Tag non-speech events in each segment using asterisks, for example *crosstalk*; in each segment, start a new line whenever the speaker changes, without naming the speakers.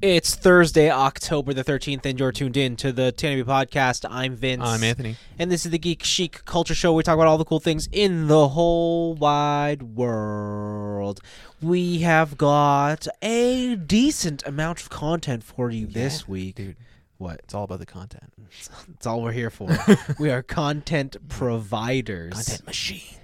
It's Thursday, October the 13th, and you're tuned in to the Tanabe Podcast. I'm Vince.
I'm Anthony.
And this is the Geek Chic Culture Show. We talk about all the cool things in the whole wide world. We have got a decent amount of content for you this week.
Dude,
What?
it's all about the content.
That's all we're here
*laughs*
for. we are content providers.
Content machines.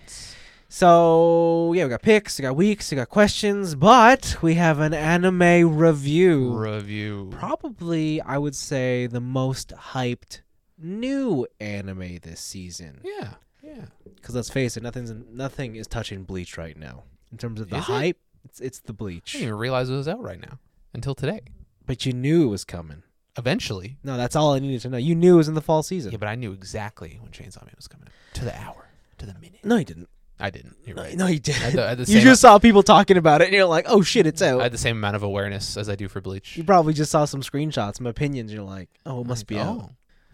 So, yeah, we got picks, we got weeks, we got questions, but we have an anime review.
Review.
probably I would say the most hyped new anime this season.
yeah. Yeah.
Because let's face it, nothing's nothing is touching Bleach right now in terms of the
Is it? Hmm.
hype. It's it's the
I
Bleach,
didn't even realize it was out right now until today.
but you knew it was coming.
Eventually.
No, that's all I needed to know. You knew it was in the fall season.
Yeah, but I knew exactly when Chainsaw Man was coming out. To the hour. To the minute.
No, you didn't.
I didn't. You're
No,
right.
no, you
I,
didn't.
had the, I had the
*laughs* You
same,
just saw people talking about it, and you're like, "Oh shit, it's out."
I had the same amount of awareness as I do for Bleach.
you probably just saw some screenshots, some opinions. and You're like, "Oh, it must be
oh.
out."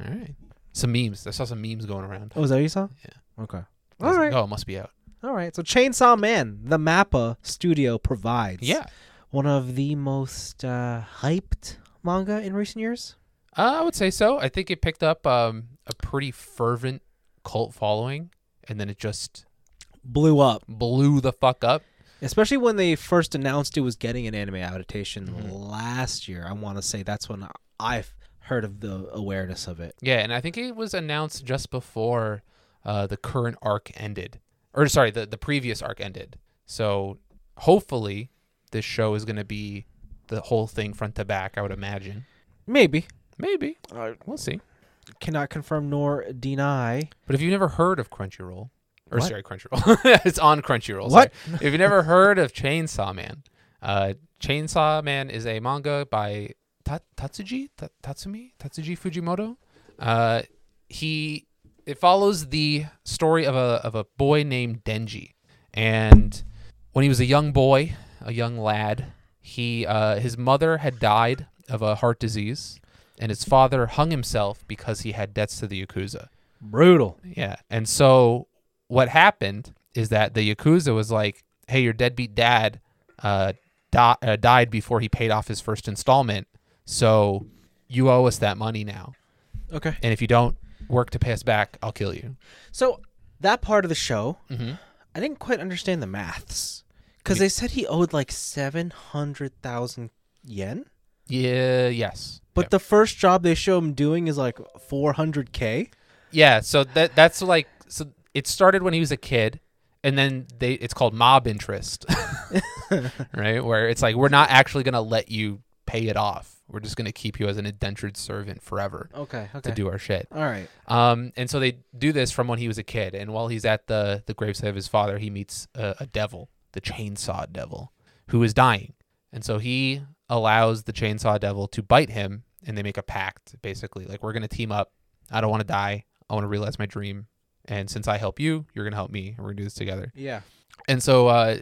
All right. Some memes. I saw some memes going around.
Oh, is that what you saw?
Yeah.
Okay.
I was
All right.
Like, oh, it must be out.
All right. So, Chainsaw Man, the Mappa Studio provides.
Yeah.
one of the most uh, hyped manga in recent years.
Uh, I would say so. I think it picked up um, a pretty fervent cult following, and then it just
Blew up,
blew the fuck up.
especially when they first announced it was getting an anime adaptation last year. I want to say that's when I've heard of the awareness of it.
Yeah, and I think it was announced just before uh, the current arc ended, or sorry, the the previous arc ended. So hopefully, this show is going to be the whole thing front to back. I would imagine.
Maybe
Maybe we'll see.
cannot confirm nor deny.
But if you've never heard of Crunchyroll, or
What?
sorry, Crunchyroll, *laughs* it's on Crunchyroll.
What?
sorry. if you've never heard of Chainsaw Man, uh, Chainsaw Man is a manga by Ta- Tatsuji Ta- Tatsumi Tatsuji Fujimoto. Uh, he it follows the story of a of a boy named Denji, and when he was a young boy, a young lad, he uh, his mother had died of a heart disease, and his father hung himself because he had debts to the yakuza.
Brutal.
Yeah. And so what happened is that the Yakuza was like, hey, your deadbeat dad uh, di- uh, died before he paid off his first installment. So you owe us that money now.
Okay.
And if you don't work to pay us back, I'll kill you.
So that part of the show,
Mm-hmm.
I didn't quite understand the maths because they said he owed like seven hundred thousand yen.
Yeah. Yes.
But the first job they show him doing is like 400k.
Yeah, so that that's like so it started when he was a kid and then they it's called mob interest. *laughs* right? Where it's like we're not actually going to let you pay it off. We're just going to keep you as an indentured servant forever
Okay. Okay.
to do our shit.
All right.
Um and so they do this from when he was a kid and while he's at the the gravesite of his father, he meets a, a devil, the chainsaw devil, who is dying. And so he allows the chainsaw devil to bite him and they make a pact basically like we're going to team up I don't want to die. I want to realize my dream. And since I help you, you're going to help me. And we're going to do this together.
Yeah.
And so uh,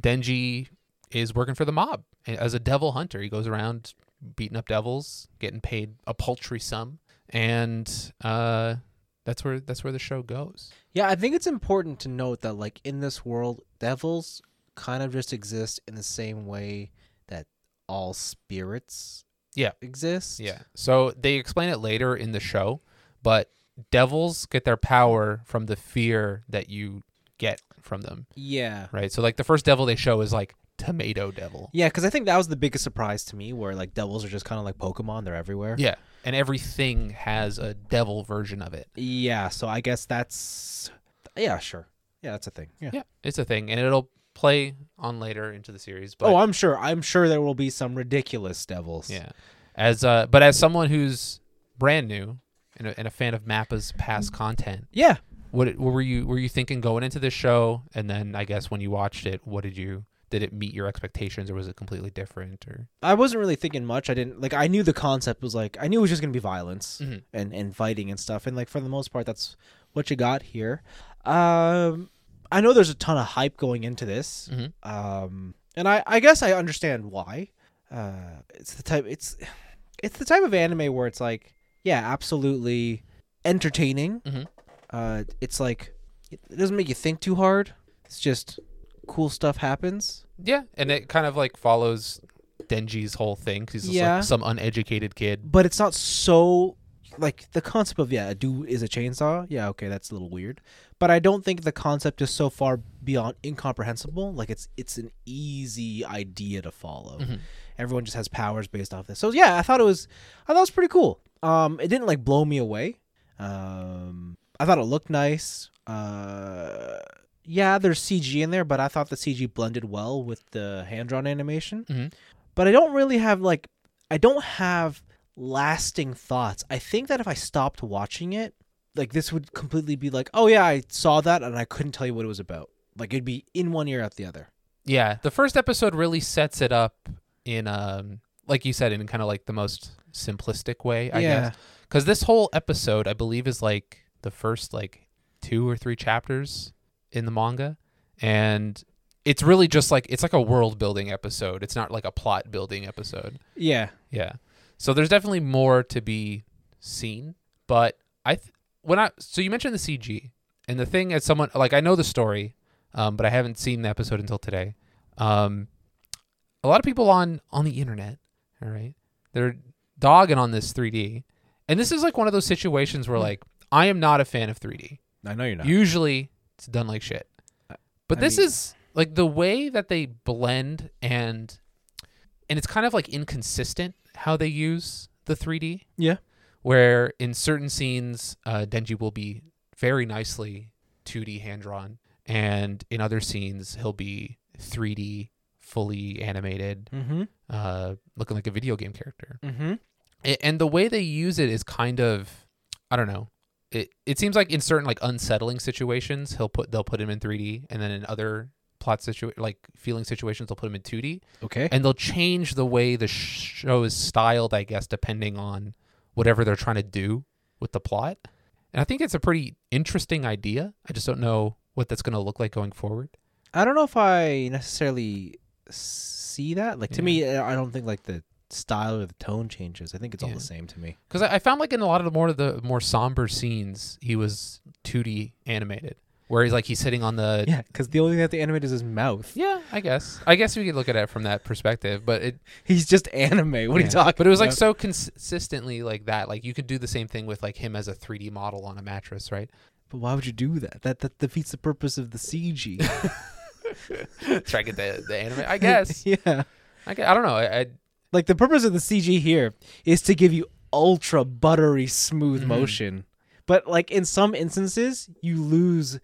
Denji is working for the mob as a devil hunter. He goes around beating up devils, getting paid a paltry sum. And uh, that's where that's where the show goes.
Yeah, I think it's important to note that like in this world, devils kind of just exist in the same way that all spirits
Yeah.
exist.
Yeah. So they explain it later in the show, but devils get their power from the fear that you get from them,
Yeah.
right? So like the first devil they show is like tomato devil.
Yeah, because I think that was the biggest surprise to me where like devils are just kind of like Pokemon, they're everywhere.
Yeah, and everything has a devil version of it.
Yeah, so I guess that's yeah, sure. Yeah, that's a thing.
Yeah, it's a thing, and it'll play on later into the series. But
Oh, I'm sure. I'm sure there will be some ridiculous devils.
yeah, as uh, but as someone who's brand new and a, and a fan of Mappa's past content,
Yeah.
what, it- what were you were you thinking going into this show? And then I guess when you watched it, what did you did it meet your expectations, or was it completely different? Or
I wasn't really thinking much. I didn't like. I knew the concept was like. I knew it was just gonna be violence
Mhm.
and and fighting and stuff. And like for the most part, that's what you got here. Um, I know there's a ton of hype going into this.
Mhm.
Um, and I I guess I understand why. Uh, it's the type. It's it's the type of anime where it's like, yeah, absolutely entertaining.
Mhm.
Uh, it's like it doesn't make you think too hard. It's just cool stuff happens.
yeah, and it kind of like follows Denji's whole thing. 'cause He's just
Yeah.
like some uneducated kid.
but it's not so like the concept of yeah, a dude is a chainsaw. Yeah, okay, that's a little weird. But I don't think the concept is so far beyond incomprehensible. Like it's it's an easy idea to follow. Everyone just has powers based off this. So yeah, I thought it was I thought it was pretty cool. Um it didn't like blow me away. Um I thought it looked nice. Uh yeah, there's CG in there, but I thought the CG blended well with the hand drawn animation.
Mhm.
But I don't really have like I don't have lasting thoughts. I think that if I stopped watching it, like this would completely be like, oh yeah, I saw that and I couldn't tell you what it was about. Like it'd be in one ear out the other.
Yeah, the first episode really sets it up in um like you said in kind of like the most simplistic way, I
yeah.
guess. Cuz this whole episode I believe is like the first like two or three chapters in the manga and it's really just like it's like a world building episode. It's not like a plot building episode.
Yeah.
Yeah. So there's definitely more to be seen, but I th- when I so you mentioned the CG and the thing as someone like I know the story, um, but I haven't seen the episode until today. Um, a lot of people on on the internet, all right, they're dogging on this 3D, and this is like one of those situations where like I am not a fan of 3D.
I know you're not.
Usually it's done like shit. But
I
this
mean-
is like the way that they blend and and it's kind of like inconsistent how they use the 3D.
Yeah.
Where in certain scenes uh Denji will be very nicely 2D hand drawn and in other scenes he'll be 3D fully animated
mm-hmm.
uh looking like a video game character.
Mm-hmm.
A- and the way they use it is kind of i don't know it it seems like in certain like unsettling situations he'll put they'll put him in 3d and then in other plot situ like feeling situations they'll put him in 2d
Okay.
and they'll change the way the sh- show is styled i guess depending on whatever they're trying to do with the plot and i think it's a pretty interesting idea i just don't know what that's going to look like going forward
I don't know if I necessarily see that. Like to me, I don't think like the style or the tone changes. I think it's all
Yeah.
the same to me.
because I, I found like in a lot of the more of the more somber scenes he was 2d animated where he's like he's sitting on the
Yeah, because the only thing that they animate is his mouth. *laughs*
Yeah, I guess. I guess we could look at it from that perspective, but it.
He's just anime. What are
yeah.
you talking?
But it was like
about?
so consistently like that. Like you could do the same thing with like him as a 3D model on a
*laughs*
mattress, right?
But why would you do that? That that defeats the purpose of the
*laughs*
CG.
Try to get the, the anime. I guess.
*laughs* yeah.
I, gue- I don't know. I, I
Like the purpose of the CG here is to give you ultra buttery smooth
Mhm.
motion. But like in some instances, you lose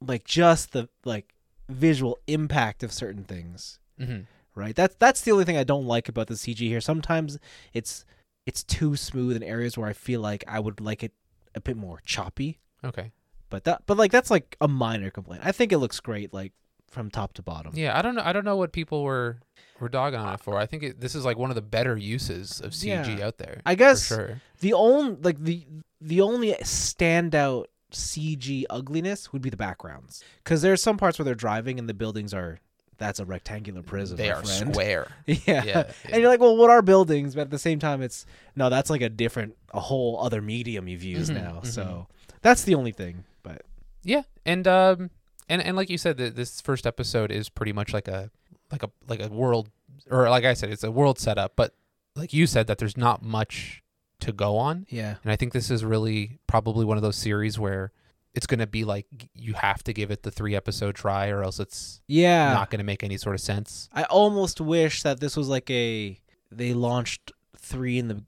like just the like visual impact of certain things,
mhm.
right? That's that's the only thing I don't like about the CG here. Sometimes it's it's too smooth in areas where I feel like I would like it a bit more choppy.
Okay.
But that but like that's like a minor complaint. I think it looks great like from top to bottom.
Yeah, I don't know. I don't know what people were were dogging on it for. I think it, this is like one of the better uses of CG
Yeah.
out there.
I guess
for sure.
The only like the the only standout CG ugliness would be the backgrounds, because there's some parts where they're driving and the buildings are that's a rectangular prison.
They
my
are
friend.
square.
*laughs* Yeah.
Yeah, yeah.
and you're like, well, what are buildings? But at the same time, it's no, that's like a different, a whole other medium you've used
Mhm,
now.
mhm.
So that's the only thing. But
Yeah, and um, and and like you said, th- this first episode is pretty much like a like a like a world, or like I said, it's a world setup. But like you said, that there's not much to go on,
yeah,
and I think this is really probably one of those series where it's gonna be like g- you have to give it the three episode try, or else it's
yeah,
not gonna make any sort of sense.
I almost wish that this was like a they launched three in the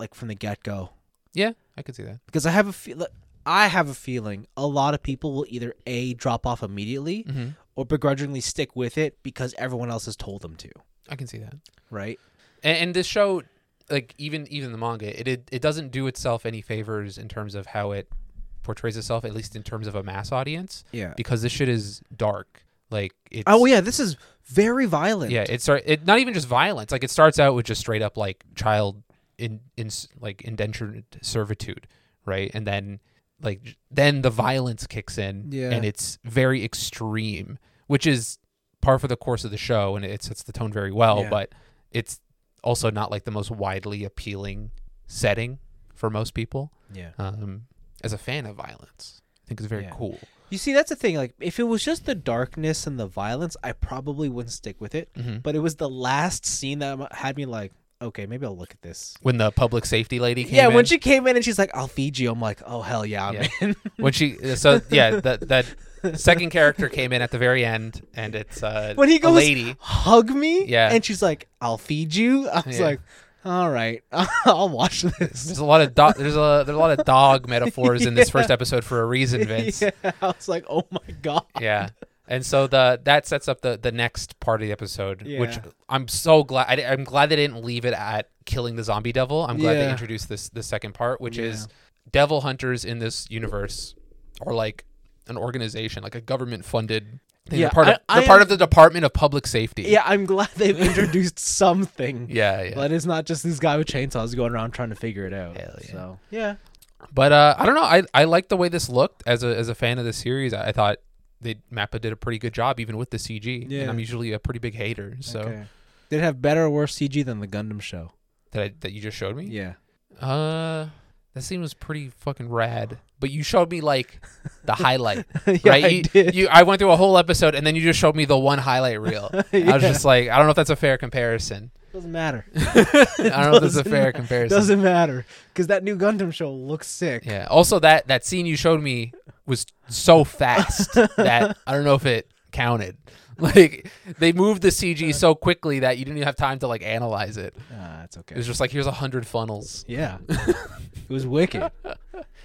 like from the get go.
Yeah, I could see that.
because I have a feel. I have a feeling a lot of people will either a drop off immediately
Mm-hmm.
or begrudgingly stick with it because everyone else has told them to.
I can see that.
Right?
And, and this show, like even even the manga, it, it it doesn't do itself any favors in terms of how it portrays itself, at least in terms of a mass audience.
Yeah.
because this shit is dark. Like it's
Oh yeah, this is very violent.
yeah. It start it not even just violence. Like it starts out with just straight up like child in in like indentured servitude, right? And then like j- then the violence kicks in,
Yeah.
and it's very extreme, which is par for the course of the show, and it sets the tone very well.
Yeah.
But it's also not like the most widely appealing setting for most people.
yeah.
Um, as a fan of violence, I think it's very
Yeah.
cool.
You see, that's the thing. Like, if it was just the darkness and the violence, I probably wouldn't stick with it.
Mhm.
But it was the last scene that m- had me like, okay, maybe I'll look at this.
When the public safety lady came
yeah,
in.
when she came in and she's like, "I'll feed you," I'm like, "Oh hell yeah, I'm
Yeah.
in." *laughs*
when she uh, so yeah that that second character came in at the very end and it's uh
when he
a
goes,
lady
"Hug me,"
Yeah.
and she's like, "I'll feed you." I was
Yeah.
like, "All right, *laughs* I'll watch this."
there's a lot of do- there's a there's a lot of dog metaphors
*laughs*
in this first episode for a reason vince yeah.
Yeah, I was like, "Oh my god."
and so the that sets up the the next part of the episode which
Yeah.
i'm so glad I, am glad they didn't leave it at killing the zombie devil i'm glad they
Yeah.
introduced this the second part which is
Yeah.
devil hunters in this universe are like an organization like a government funded thing.
Yeah,
they're part of,
I-
they're
I
part
am-
of the department of public safety
Yeah, I'm glad
*laughs*
they've introduced something.
yeah yeah
But it's not just this guy with chainsaws going around trying to figure it out.
Hell yeah.
So yeah,
But uh, I don't know. I, I like the way this looked as a as a fan of the series. I, I thought they Mappa did a pretty good job, even with the CG. And
Yeah.
I'm usually a pretty big hater. So
Okay. Did it have better or worse CG than the Gundam show?
that I, that you just showed me.
Yeah. *laughs*
Uh, that scene was pretty fucking rad. But you showed me like
*laughs*
the highlight,
yeah,
right?
I
you,
did.
you I went through a whole episode, and then you just showed me the one
*laughs*
highlight reel. I was
Yeah.
just like, I don't know if that's a
*laughs*
fair comparison.
doesn't matter.
*laughs* I don't know if that's a
Doesn't
fair
ma-
comparison.
Doesn't matter because that new Gundam show looks sick.
Yeah. Also, that that scene you showed me was
*laughs*
so fast that I don't know if it counted. *laughs* Like they moved the CG so quickly that you didn't even have time to like analyze it.
Ah, it's okay.
It was just like here's a hundred funnels.
yeah,
*laughs*
it was wicked.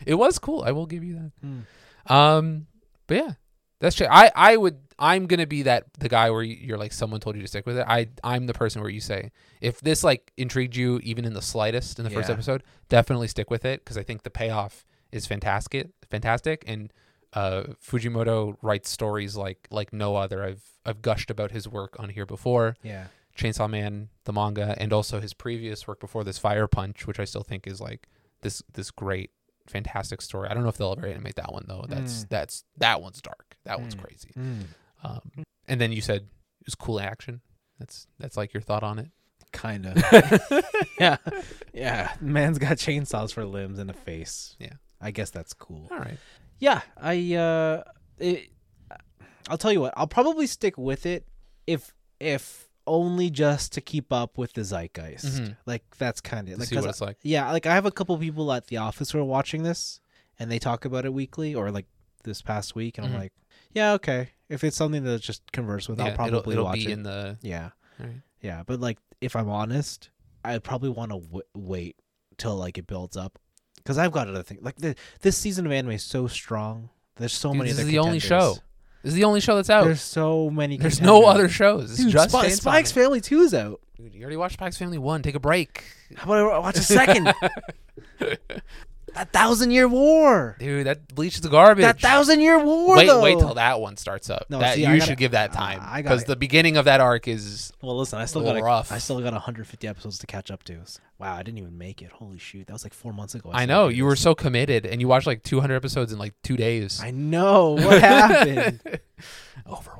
It was cool. I will give you
Hmm.
that. Um, but yeah, that's true. I I would. I'm gonna be that the guy where you- you're like someone told you to stick with it. I I'm the person where you say if this like intrigued you even in the slightest in the first
Yeah.
episode, definitely stick with it because I think the payoff is fantastic, fantastic, and uh, Fujimoto writes stories like like no other. I've I've gushed about his work on here before.
Yeah,
Chainsaw Man, the manga, and also his previous work before this, Fire Punch, which I still think is like this this great, fantastic story. I don't know if they'll ever animate that one though. That's
Mm.
that's that one's dark. That one's
Mm.
crazy. Um, and then you said it was cool action. That's that's like your thought on it.
kind of. *laughs* yeah, yeah. Man's got chainsaws for limbs and a face.
Yeah.
I guess that's cool.
All right.
Yeah, I uh it, I'll tell you what. I'll probably stick with it if if only just to keep up with the zeitgeist.
Mhm.
Like that's kind of like
see
'cause
what it's like.
yeah, like I have a couple people at the office who are watching this and they talk about it weekly or like this past week and
Mhm.
I'm like, yeah, okay. If it's something to just converse with, I'll
Yeah,
probably
it'll, it'll
watch
be
it.
in the.
yeah.
all right.
Yeah, but like if I'm honest, I probably want to w- wait till like it builds up because I've got other things. Like the, this season of anime is so strong. There's so
Dude,
many.
this
other
is the only
contenders.
show. This is the only show that's out. There's,
There's so many. *laughs*
no
contenders.
other shows. It's
Dude,
just
Sp-
Chainsaw
Spike's
Man.
Family Two is out.
Dude, you already watched Spike's Family One. Take a break,
How about I watch a second?
*laughs*
that Thousand Year War.
dude. That bleach is garbage.
That Thousand Year War.
wait,
though.
wait till that one starts up.
No,
that
see,
you
I gotta-
should give that
uh,
time
I
because
gotta-
the beginning of that arc is
Well, listen, I still
Little
got
rough.
I still got 150 episodes to catch up to. Wow, I didn't even make it. Holy shoot, that was like four months ago.
I
said
know
I'd do
you were
this.
so committed and you watched like 200 episodes in like two days.
I know what happened.
*laughs* Overwatch.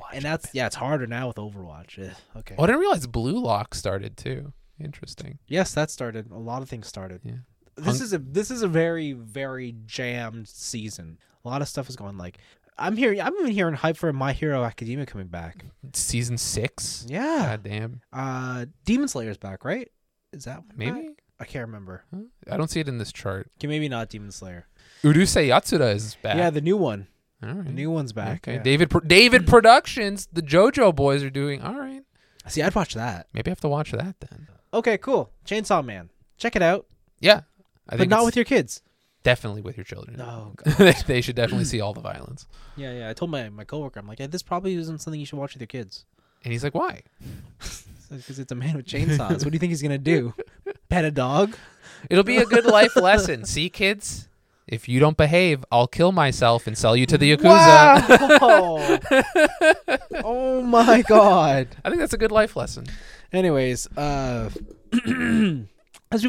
*laughs* And that's yeah, it's harder now with Overwatch. Ugh, okay.
oh, I didn't realize Blue Lock started too. Interesting.
Yes, that started. A lot of things started.
Yeah.
This
Hung-
is a this is a very very jammed season. A lot of stuff is going like I'm hearing I'm even hearing hype for My Hero Academia coming back.
Season six.
Yeah.
God damn.
Uh Demon Slayer's back, right? Is that one back?
Maybe.
I can't remember.
Huh? I don't see it in this chart.
Okay, maybe not Demon Slayer.
Urusei Yatsura is back.
Yeah, the new one.
All right.
The new one's back.
okay.
yeah.
David Pro- David Productions. The JoJo boys are doing. All right.
See, I'd watch that.
Maybe I have to watch that then.
Okay, cool. Chainsaw Man. Check it out,
Yeah. I
but
think
not
it's
with your kids.
definitely with your children. *laughs*
No.
they should definitely see all the violence.
Yeah, yeah. I told my my coworker, I'm like, hey, this probably isn't something you should watch with your kids.
And he's like, why?
Because it's a man with chainsaws. what do you think he's gonna do? *laughs* Pet a dog?
It'll be a good life lesson. See, kids? If you don't behave, I'll kill myself and sell you to the Yakuza.
Wow! *laughs* oh my god.
I think that's a good life lesson.
Anyways, uh, *clears throat* let's move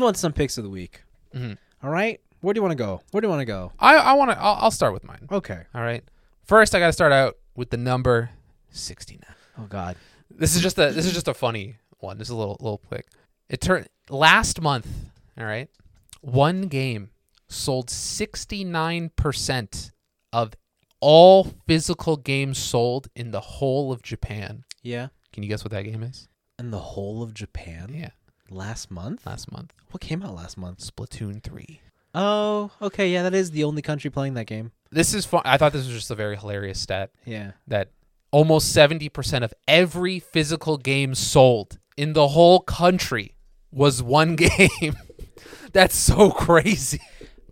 on to some picks of the week.
Mhm.
All right, where do you want to go? Where do you want to go?
I, I want to, I'll, I'll start with mine.
Okay.
All right. First, I got to start out with the number 69.
Oh god.
This is just a, this is just a funny one. This is a little, little quick. It turned last month. All right. One game sold 69% of all physical games sold in the whole of Japan.
Yeah.
Can you guess what that game is?
And the whole of Japan
Yeah,
last month.
last month.
What came out last month?
Splatoon 3.
Oh, okay. Yeah, that is the only country playing that game.
This is fun. I thought this was just a very hilarious stat
Yeah.
that almost 70% of every physical game sold in the whole country was one *laughs* game. That's so crazy.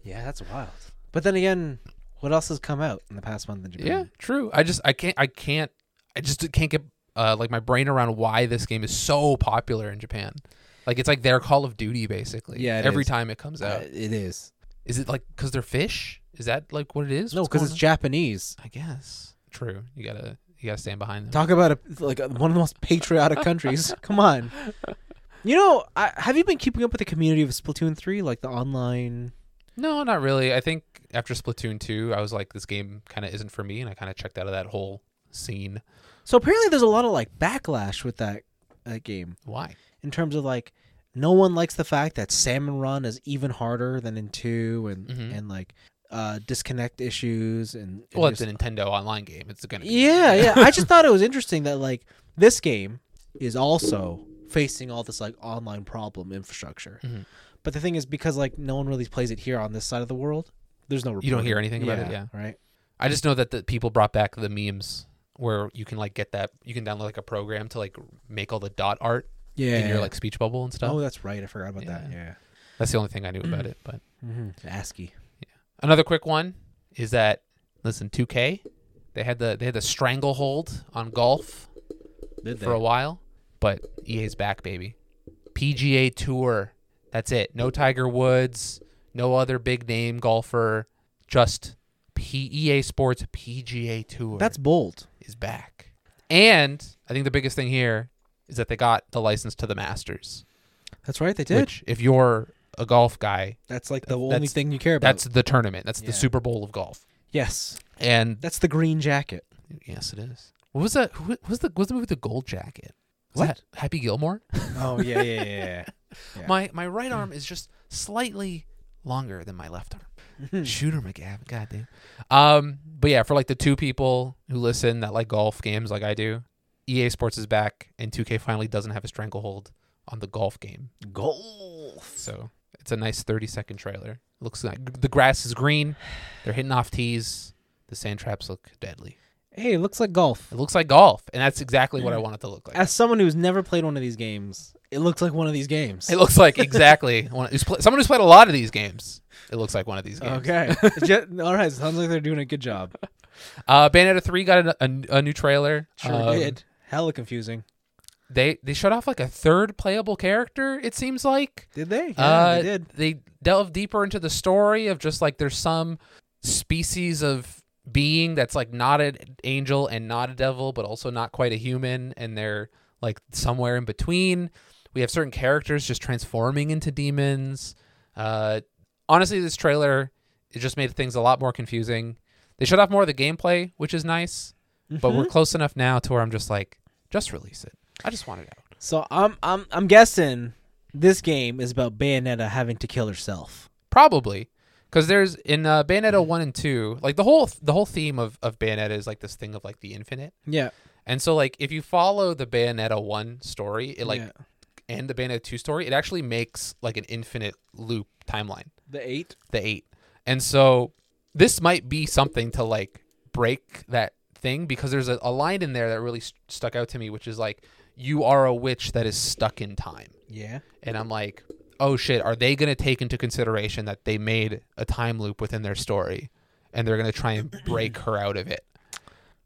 Yeah, that's wild. But then again, what else has come out in the past month in Japan?
Yeah, true. I just I can't I can't I just can't get uh, like my brain around why this game is so popular in Japan. Like it's like their Call of Duty basically.
Yeah, it
every
is.
time it comes
Uh,
out,
it is.
is it like because they're fish? Is that like what it is?
No,
What's
because
going
it's Japanese.
on? I guess true. You gotta you gotta stand behind them.
Talk about a, like a, one of the most
*laughs*
patriotic countries. Come on. You know, I, have you been keeping up with the community of Splatoon three, like the online?
no, not really. I think after Splatoon two, I was like this game kind of isn't for me, and I kind of checked out of that whole scene.
So apparently, there's a lot of like backlash with that that game
Why?
in terms of like no one likes the fact that Salmon Run is even harder than in two, and
Mhm.
and like uh, disconnect issues and, and
Well,
just-
it's a Nintendo online game. It's gonna be
Yeah, yeah. I
*laughs*
just thought it was interesting that like this game is also facing all this like online problem infrastructure.
Mhm.
But the thing is, because like no one really plays it here on this side of the world, there's no
You don't
reporting.
hear anything about it,
right.
I just know that the people brought back the memes where you can like get that you can download like a program to like make all the dot art
Yeah,
in your like speech bubble and stuff.
oh, that's right. I forgot about that. Yeah,
That's the only thing I knew about it. But
mm-hmm. ASCII.
another quick one is that listen, 2K, they had the they had the stranglehold on golf
Did
for a while, but EA's back, baby. PGA Tour. That's it. No Tiger Woods, no other big name golfer, just P- EA Sports PGA Tour.
That's bold.
is back. And I think the biggest thing here is that they got the license to the Masters,
That's right. They did.
which if you're a golf guy,
that's like the
That's-
only thing you care about.
that's the tournament. That's
Yeah.
the Super Bowl of golf.
yes.
And
That's the green jacket.
yes, it is. What was that? Who what was the what was the movie The Gold Jacket?
What?
Was that Happy Gilmore?
Oh yeah, yeah, yeah. Yeah.
My my right arm is just slightly longer than my
*laughs*
left
Hmm.
arm. Shooter McGavin, goddamn. Um, but yeah, for like the two people who listen that like golf games like I do, EA Sports is back, and 2K finally doesn't have a stranglehold on the golf game.
Golf.
So it's a nice 30 second trailer. Looks like the grass is green. They're hitting off tees. The sand traps look deadly.
Hey, it looks like golf.
It looks like golf, and that's exactly what I want it to look like.
As someone who's never played one of these games, it looks like one of these games.
It looks like
*laughs*
exactly one, who's pl- someone who's played a lot of these games. It looks like one of these games.
Okay. It's *laughs* ju- all right. Sounds like they're doing a good job.
Uh, Bayonetta three got a, a, a new trailer.
Sure
Um,
did. Hella confusing.
They they shut off like a third playable character. It seems like
Did they? Yeah,
uh,
they did.
They delve deeper into the story of just like there's some species of being that's like not an angel and not a devil, but also not quite a human, and they're like somewhere in between. We have certain characters just transforming into demons. Uh, honestly, this trailer it just made things a lot more confusing. They shut off more of the gameplay, which is nice, but
Mm-hmm.
we're close enough now to where I'm just like, just release it. I just want it out.
So I'm I'm I'm guessing this game is about Bayonetta having to kill herself.
Probably because there's in uh, Bayonetta one and two, like the whole the whole theme of of Bayonetta is like this thing of like the infinite,
Yeah.
and so like if you follow the Bayonetta one story, it like
yeah.
and the Bayonetta two story, it actually makes like an infinite loop timeline,
the eight.
the eight, and so this might be something to like break that thing because there's a, a line in there that really st- stuck out to me, which is like you are a witch that is stuck in time
Yeah.
and I'm like, oh shit, are they gonna take into consideration that they made a time loop within their story, and they're gonna try and break her out of it?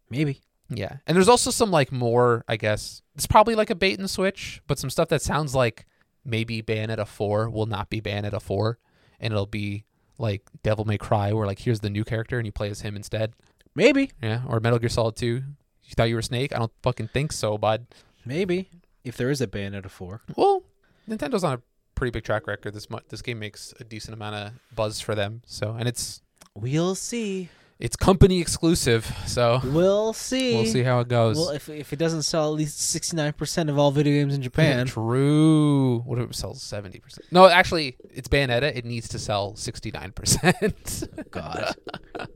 Maybe.
Yeah, and there's also some like more, I guess it's probably like a bait and switch, but some stuff that sounds like maybe Bayonetta four will not be Bayonetta four, and it'll be like Devil May Cry, where like here's the new character and you play as him instead.
Maybe.
Yeah, or Metal Gear Solid two. You thought you were Snake? I don't fucking think so, bud.
Maybe. If there is a Bayonetta four.
Well, Nintendo's on a pretty big track record. This mu- this game makes a decent amount of buzz for them. So, and it's
We'll see.
it's company exclusive. So
We'll see.
we'll see how it goes.
Well, if if it doesn't sell at least sixty nine percent of all video games in
*laughs*
Japan.
True. What if it sells seventy percent? No, actually, it's Bayonetta. It needs to sell sixty nine percent.
God.
*laughs*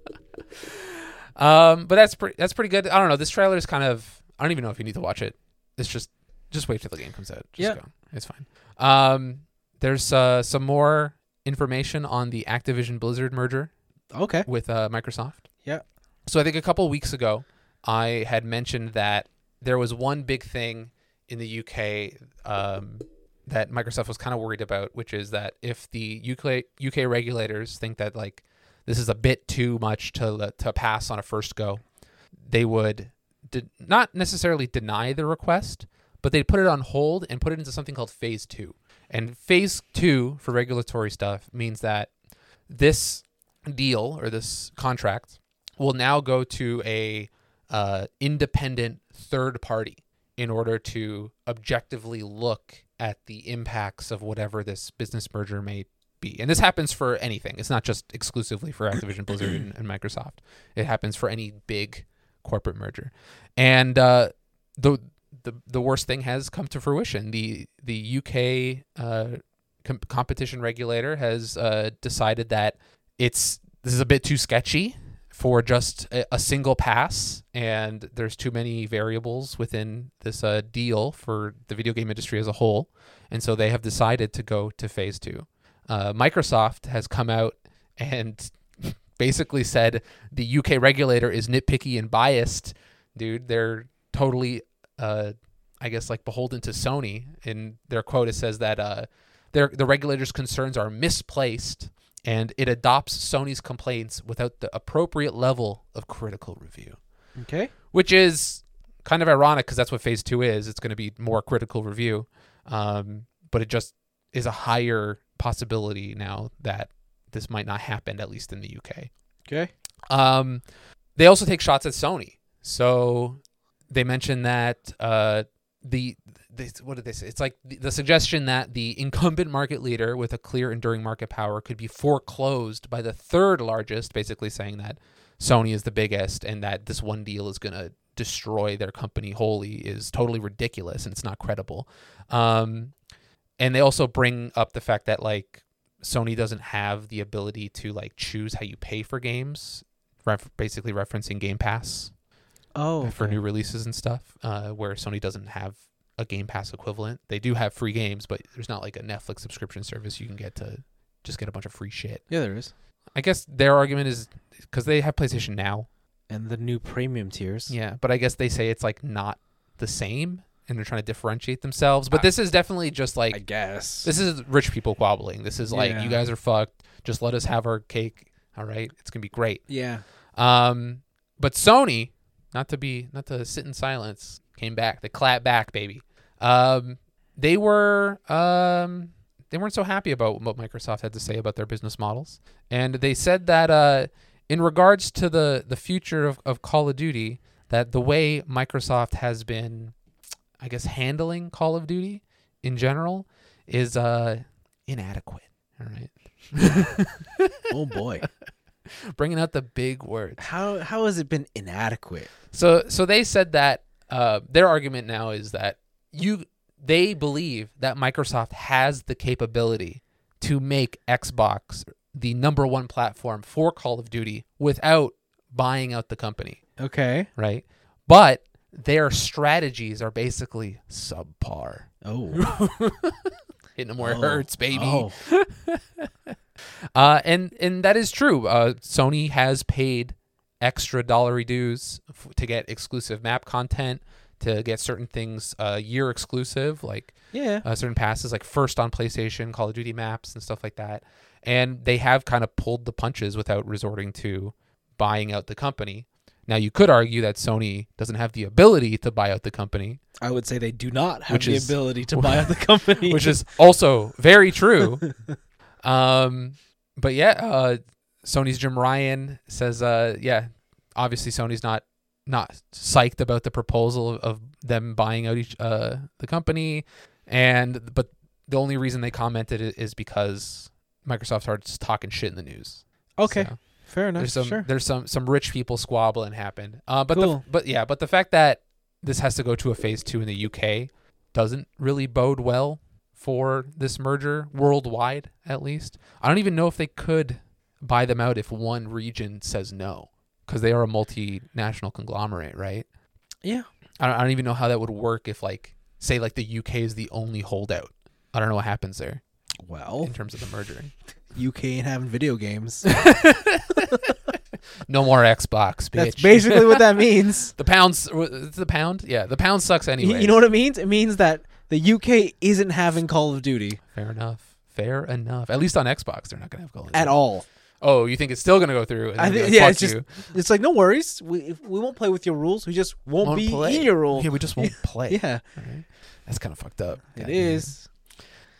Um, but that's pretty that's pretty good. I don't know. This trailer is kind of I don't even know if you need to watch it. It's just just wait till the game comes out. Just
Yeah.
go. It's fine. Um, there's uh, some more information on the Activision Blizzard merger
Okay.
with uh, Microsoft.
Yeah.
So I think a couple weeks ago, I had mentioned that there was one big thing in the UK um, that Microsoft was kind of worried about, which is that if the UK UK regulators think that like this is a bit too much to let- to pass on a first go, they would de- not necessarily deny the request, but they'd put it on hold and put it into something called phase two. And phase two for regulatory stuff means that this deal or this contract will now go to a uh, independent third party in order to objectively look at the impacts of whatever this business merger may be. And this happens for anything. It's not just exclusively for Activision Blizzard and, and Microsoft. It happens for any big corporate merger. And uh, the the the worst thing has come to fruition. The the UK uh, com- competition regulator has uh, decided that it's this is a bit too sketchy for just a, a single pass, and there's too many variables within this uh, deal for the video game industry as a whole, and so they have decided to go to phase two. Uh, Microsoft has come out and *laughs* basically said the UK regulator is nitpicky and biased, dude. They're totally, uh, I guess, like beholden to Sony. In their quote, it says that uh, their the regulator's concerns are misplaced, and it adopts Sony's complaints without the appropriate level of critical review,
Okay.
which is kind of ironic because that's what Phase Two is. It's going to be more critical review, um, but it just is a higher possibility now that this might not happen, at least in the UK.
Okay.
Um, they also take shots at Sony. So they mentioned that uh, the, the what did they say? It's like the, the suggestion that the incumbent market leader with a clear enduring market power could be foreclosed by the third largest, basically saying that Sony is the biggest and that this one deal is going to destroy their company wholly is totally ridiculous and it's not credible. Um, and they also bring up the fact that like Sony doesn't have the ability to like choose how you pay for games, ref- basically referencing Game Pass
Oh.
for
okay.
new releases and stuff, uh, where Sony doesn't have a Game Pass equivalent. They do have free games, but there's not like a Netflix subscription service you can get to just get a bunch of free shit.
Yeah, there is.
I guess their argument is because they have PlayStation Now,
And the new premium tiers.
yeah, but I guess they say it's like not the same, and they're trying to differentiate themselves. But this is definitely just like
I guess.
This is rich people quabbling. This is like
Yeah.
you guys are fucked. Just let us have our cake. All right, it's gonna be great.
yeah.
Um, but Sony, not to be not to sit in silence, came back. They clapped back, baby. Um, they were um they weren't so happy about what Microsoft had to say about their business models, and they said that uh in regards to the the future of, of Call of Duty, that the way Microsoft has been, I guess, handling Call of Duty in general is uh inadequate. All right,
Oh boy.
bringing out the big words.
*laughs* how how has it been inadequate?
So so they said that uh, their argument now is that you they believe that Microsoft has the capability to make Xbox the number one platform for Call of Duty without buying out the company,
Okay.
right? But their strategies are basically subpar.
*laughs* Oh.
Hitting them where it
Oh.
hurts, baby.
Oh.
Uh, and and that is true. Uh, Sony has paid extra dollary dues f- to get exclusive map content, to get certain things uh, year exclusive, like
Yeah.
uh, certain passes, like first on PlayStation, Call of Duty maps and stuff like that. And they have kind of pulled the punches without resorting to buying out the company. Now you could argue that Sony doesn't have the ability to buy out the company,
I would say they do not have
Which
the
is-
ability to *laughs* buy out the company.
which
*laughs*
is also very true. Um, but yeah, uh, Sony's Jim Ryan says, uh, yeah, obviously Sony's not not psyched about the proposal of, of them buying out each uh, the company, and but the only reason they commented i- is because Microsoft starts talking shit in the news.
okay.
So
Fair enough.
there's some
sure.
there's some some rich people squabbling happened. Uh, but
Cool.
the but yeah, but the fact that this has to go to a phase two in the UK doesn't really bode well for this merger worldwide, at least. I don't even know if they could buy them out if one region says no. because they are a multinational conglomerate, right?
Yeah.
I don't, I don't even know how that would work if, like, say, like the UK is the only holdout. I don't know what happens there
Well,
in terms of the merger.
UK ain't having video games.
No more Xbox,
*laughs*
bitch.
That's basically what that *laughs* means.
the pounds. It's the pound. Yeah, the pound sucks
You-
anyway.
You know what it means? It means that the UK isn't having Call of Duty
Fair enough. Fair enough. At least on Xbox, they're not gonna have Call of
at
Duty.
all.
Oh, you think it's still gonna go through? And
I
I
think
think,
yeah,
fuck
it's just
you.
it's like no worries. We if we won't play with your rules. We just won't,
Won't
be
play.
in your rule.
Yeah, we just won't play.
*laughs* Yeah,
Alright. That's kind of fucked up.
it
God damn
is.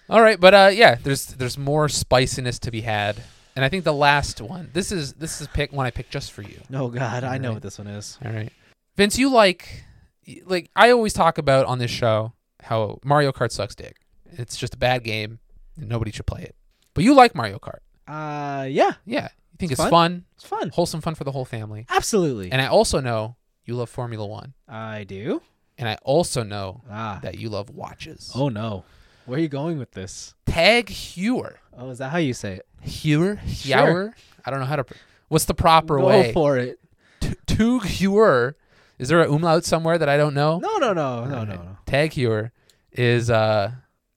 All right, but uh, yeah, there's there's more spiciness to be had, and I think the last one. This is this is pick one I picked just for you.
Oh God, I know
Alright.
what this one is.
All right, Vince, you like y- like I always talk about on this show how Mario Kart sucks dick. It's just a bad game, and nobody should play it. But you like Mario Kart,
Uh, yeah,
yeah? You think
It's fun.
it's, fun,
it's fun.
wholesome fun for the whole family.
Absolutely,
And I also know you love Formula One,
I do.
and I also know
Ah,
that you love watches.
oh no, where are you going with this?
Tag Heuer.
Oh, is that how you say it?
Heuer?
Sure.
Heuer? I don't know how to. pr- What's the proper
Go
way?
for it.
T- Tug Heuer. Is there a umlaut somewhere that I don't know?
No, no, no, no,
All
no,
right.
no.
Tag Heuer is uh,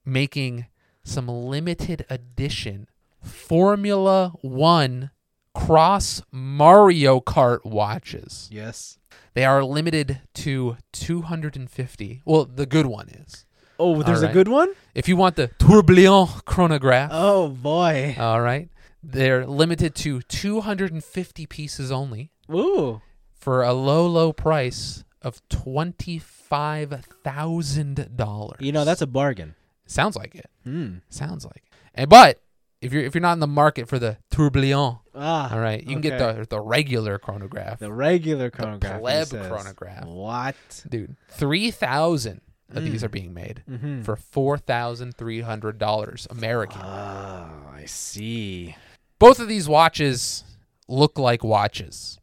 making some limited edition Formula One cross Mario Kart watches.
Yes.
They are limited to 250. Well, the good one is.
Oh, there's a
right. Uh,
good one.
If you want the Tourbillon chronograph,
Oh boy.
all right, they're limited to 250 pieces only
Ooh.
for a low, low price of $25,000.
You know that's a bargain.
sounds like it.
Hmm.
Sounds like. It. And but if you're if you're not in the market for the tourbillon,
Ah.
all right, you can get
okay.
the the regular chronograph.
The regular chronograph. he
pleb
says.
chronograph.
What?
Dude, 3,000 of these
Mm.
are being made
Mm-hmm.
for $4,300 American.
Ah, I see.
Both of these watches look
*laughs*
like watches.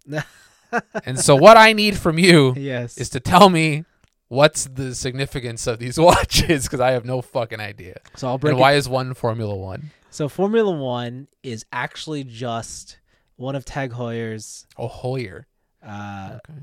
and so what I need from you
Yes.
is to tell me what's the significance of these *laughs* watches because I have no fucking idea.
so I'll break.
And
it-
why is one Formula One?
So Formula One is actually just one of Tag Heuer's
Oh, Hoyer.
uh,
Okay.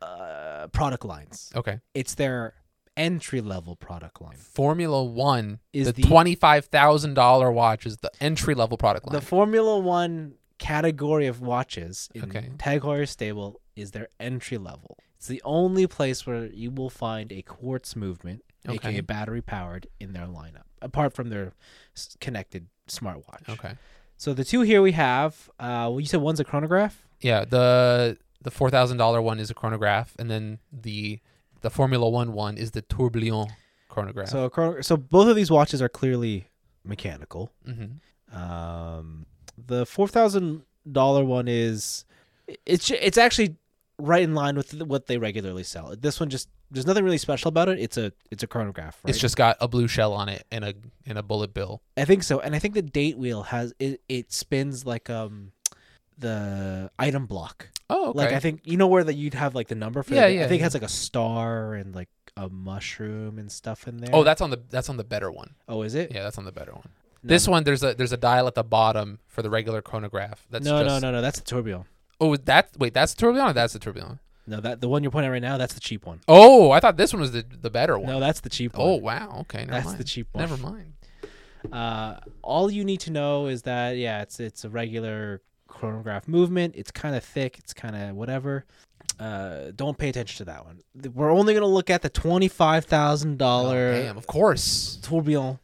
uh, product lines.
Okay.
It's their entry level product line.
Formula One
Is
is the,
the-
twenty-five thousand dollar watch is the entry level product line.
The Formula One category of watches in
Okay.
Tag Heuer's stable is their entry level. It's the only place where you will find a quartz movement,
Okay.
aka battery powered, in their lineup, apart from their s- connected smartwatch.
okay.
So the two here we have, uh, well, you said one's a chronograph.
Yeah. The the four thousand dollar one is a chronograph, and then the the Formula One one is the Tourbillon chronograph.
So a chron- so both of these watches are clearly mechanical.
hmm
Um, the four thousand dollar one is it's it's actually right in line with what they regularly sell. This one just there's nothing really special about it. It's a it's a chronograph. Right?
It's just got a blue shell on it and a and a bullet bill.
I think so, and I think the date wheel has it it spins like um the item block.
Oh, okay.
Like I think you know where that you'd have like the number for. the
Yeah,
date?
yeah,
I think
yeah.
it has like a star and like a mushroom and stuff in there.
oh, that's on the that's on the better one.
oh is it?
Yeah, that's on the better one.
No,
This one there's a there's a dial at the bottom for the regular chronograph. That's
no,
just,
no, no, no. That's the tourbillon.
Oh, that wait, that's the tourbillon. Or that's the tourbillon.
No, that the one you're pointing at right now. That's the cheap one.
Oh, I thought this one was the the better one.
No, that's the cheap one.
Oh wow. Okay. Never
That's
mind.
the cheap one.
Never mind.
Uh, all you need to know is that yeah, it's it's a regular chronograph movement. It's kind of thick. It's kind of whatever. Uh, don't pay attention to that one. Th- We're only gonna look at the twenty five thousand
Oh,
dollar
damn. Of course.
tourbillon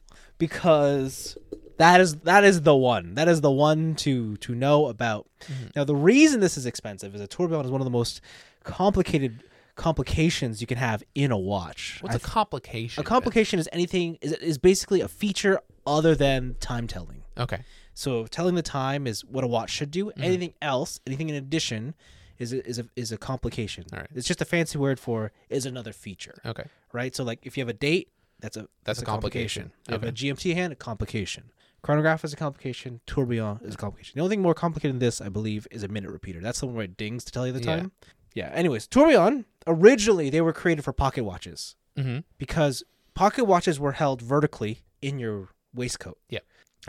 because that is that is the one. That is the one to to know about.
Mhm.
Now the reason this is expensive is a tourbillon is one of the most complicated complications you can have in a watch.
What's
I
a complication?
a complication is anything is is basically a feature other than time telling.
Okay.
So telling the time is what a watch should do.
Mm-hmm.
Anything else, anything in addition, is a, is a, is a complication.
All right.
It's just a fancy word for is another feature,
Okay.
right? So like if you have a date, that's a
That's a complication.
You have a GMT hand, a complication. Chronograph is a complication. Tourbillon is a complication. The only thing more complicated than this, I believe, is a minute repeater. That's the one where it dings to tell you the
Yeah.
time. Yeah. Anyways, tourbillon originally they were created for pocket watches
Mm-hmm.
because pocket watches were held vertically in your waistcoat.
Yep.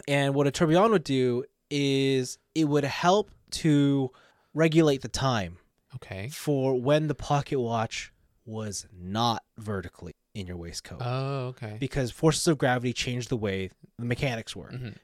And what a tourbillon would do is it would help to regulate the time
Okay.
for when the pocket watch was not vertically in your waistcoat
Oh, okay.
because forces of gravity change the way the mechanics work.
Mhm.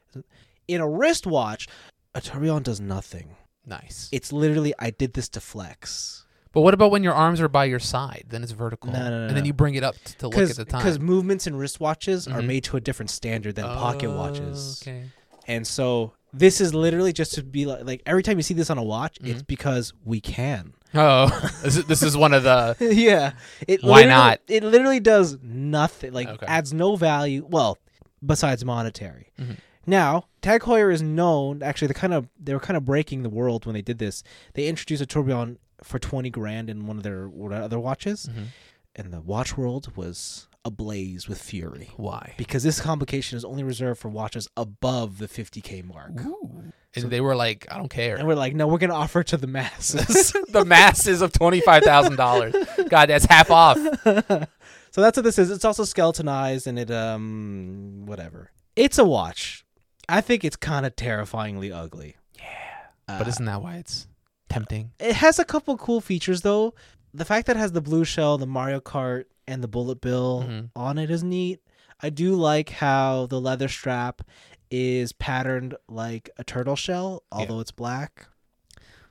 In a wristwatch, a tourbillon does nothing.
Nice.
It's literally I did this to flex
But what about when your arms are by your side? Then it's vertical.
No, no, no,
and then
no.
you bring it up t- to look at the time.
because movements in wristwatches are
Mhm.
made to a different standard than pocket
Oh,
watches.
Okay.
And so this is literally just to be like, like every time you see this on a watch,
Mm-hmm.
it's because we can.
Oh, *laughs* this is, this is one of the.
*laughs* yeah. It
Why
literally-
not?
It literally does nothing. Like
Okay.
adds no value. Well, besides monetary.
Mhm.
Now, Tag Heuer is known. Actually, they kind of they were kind of breaking the world when they did this. They introduced a tourbillon for twenty grand in one of their one of their watches,
Mhm.
and the watch world was ablaze with fury
Why?
because this complication is only reserved for watches above the fifty k mark.
Ooh. And they were like, I don't care.
*laughs*
*laughs*
And we're like, no, we're gonna offer it to the masses.
the masses of $25,000. God, that's half off.
*laughs* so that's what this is. It's also skeletonized and it um whatever. It's a watch. I think it's kind of terrifyingly ugly. Yeah.
But isn't that why it's tempting?
it has a couple cool features though. The fact that it has the blue shell, the Mario Kart, and the bullet bill
Mhm.
on it is neat. I do like how the leather strap is patterned like a turtle shell, although it's black.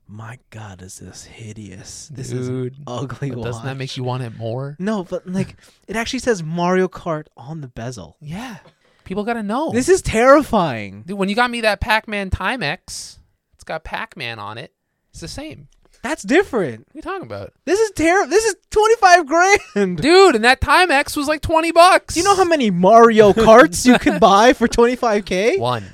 My God, is this hideous? This is an
Dude.
ugly.
But doesn't that
watch.
make you want it more?
No, but like it actually says Mario Kart on the bezel.
Yeah. People got to know.
This is terrifying.
Dude, when you got me that Pac Man Timex, it's got Pac Man on it. It's the same.
That's different.
What are you talking about?
This is terrible. This is 25 grand.
Dude, and that Timex was like 20 bucks.
Do you know how many *laughs* Mario Karts you could buy for 25k?
One.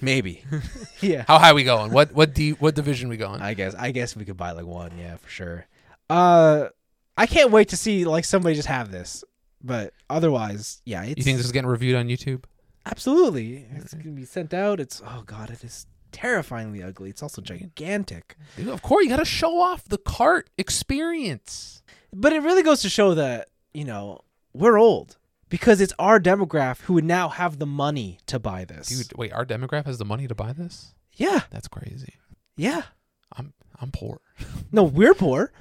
Maybe. *laughs* yeah.
How high we going? What what d what division we going?
I guess I guess we could buy like one, yeah, for sure. Uh I can't wait to see like somebody just have this. But otherwise, yeah, it's
You think this is getting reviewed on YouTube?
absolutely. It's going to be sent out. It's oh god, it is terrifyingly ugly. It's also gigantic.
Dude, of course, you got to show off the cart experience.
But it really goes to show that, you know, we're old because it's our demographic who would now have the money to buy this.
Dude, wait, our demographic has the money to buy this?
Yeah.
That's crazy.
Yeah.
I'm I'm poor. *laughs*
No, we're poor,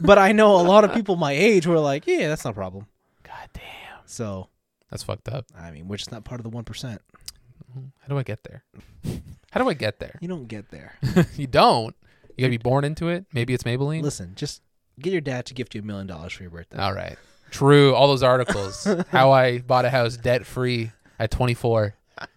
but I know a lot of people my age were like, yeah, that's not a problem.
God damn.
So,
That's fucked up.
I mean, we're just not part of the 1%.
How do I get *laughs* there? How do I get there?
You don't get there.
you don't. You got to be born into it. Maybe it's Maybelline.
Listen, just get your dad to gift you a million dollars for your birthday.
All right. True. All those *laughs* articles. How I bought a house debt free at 24,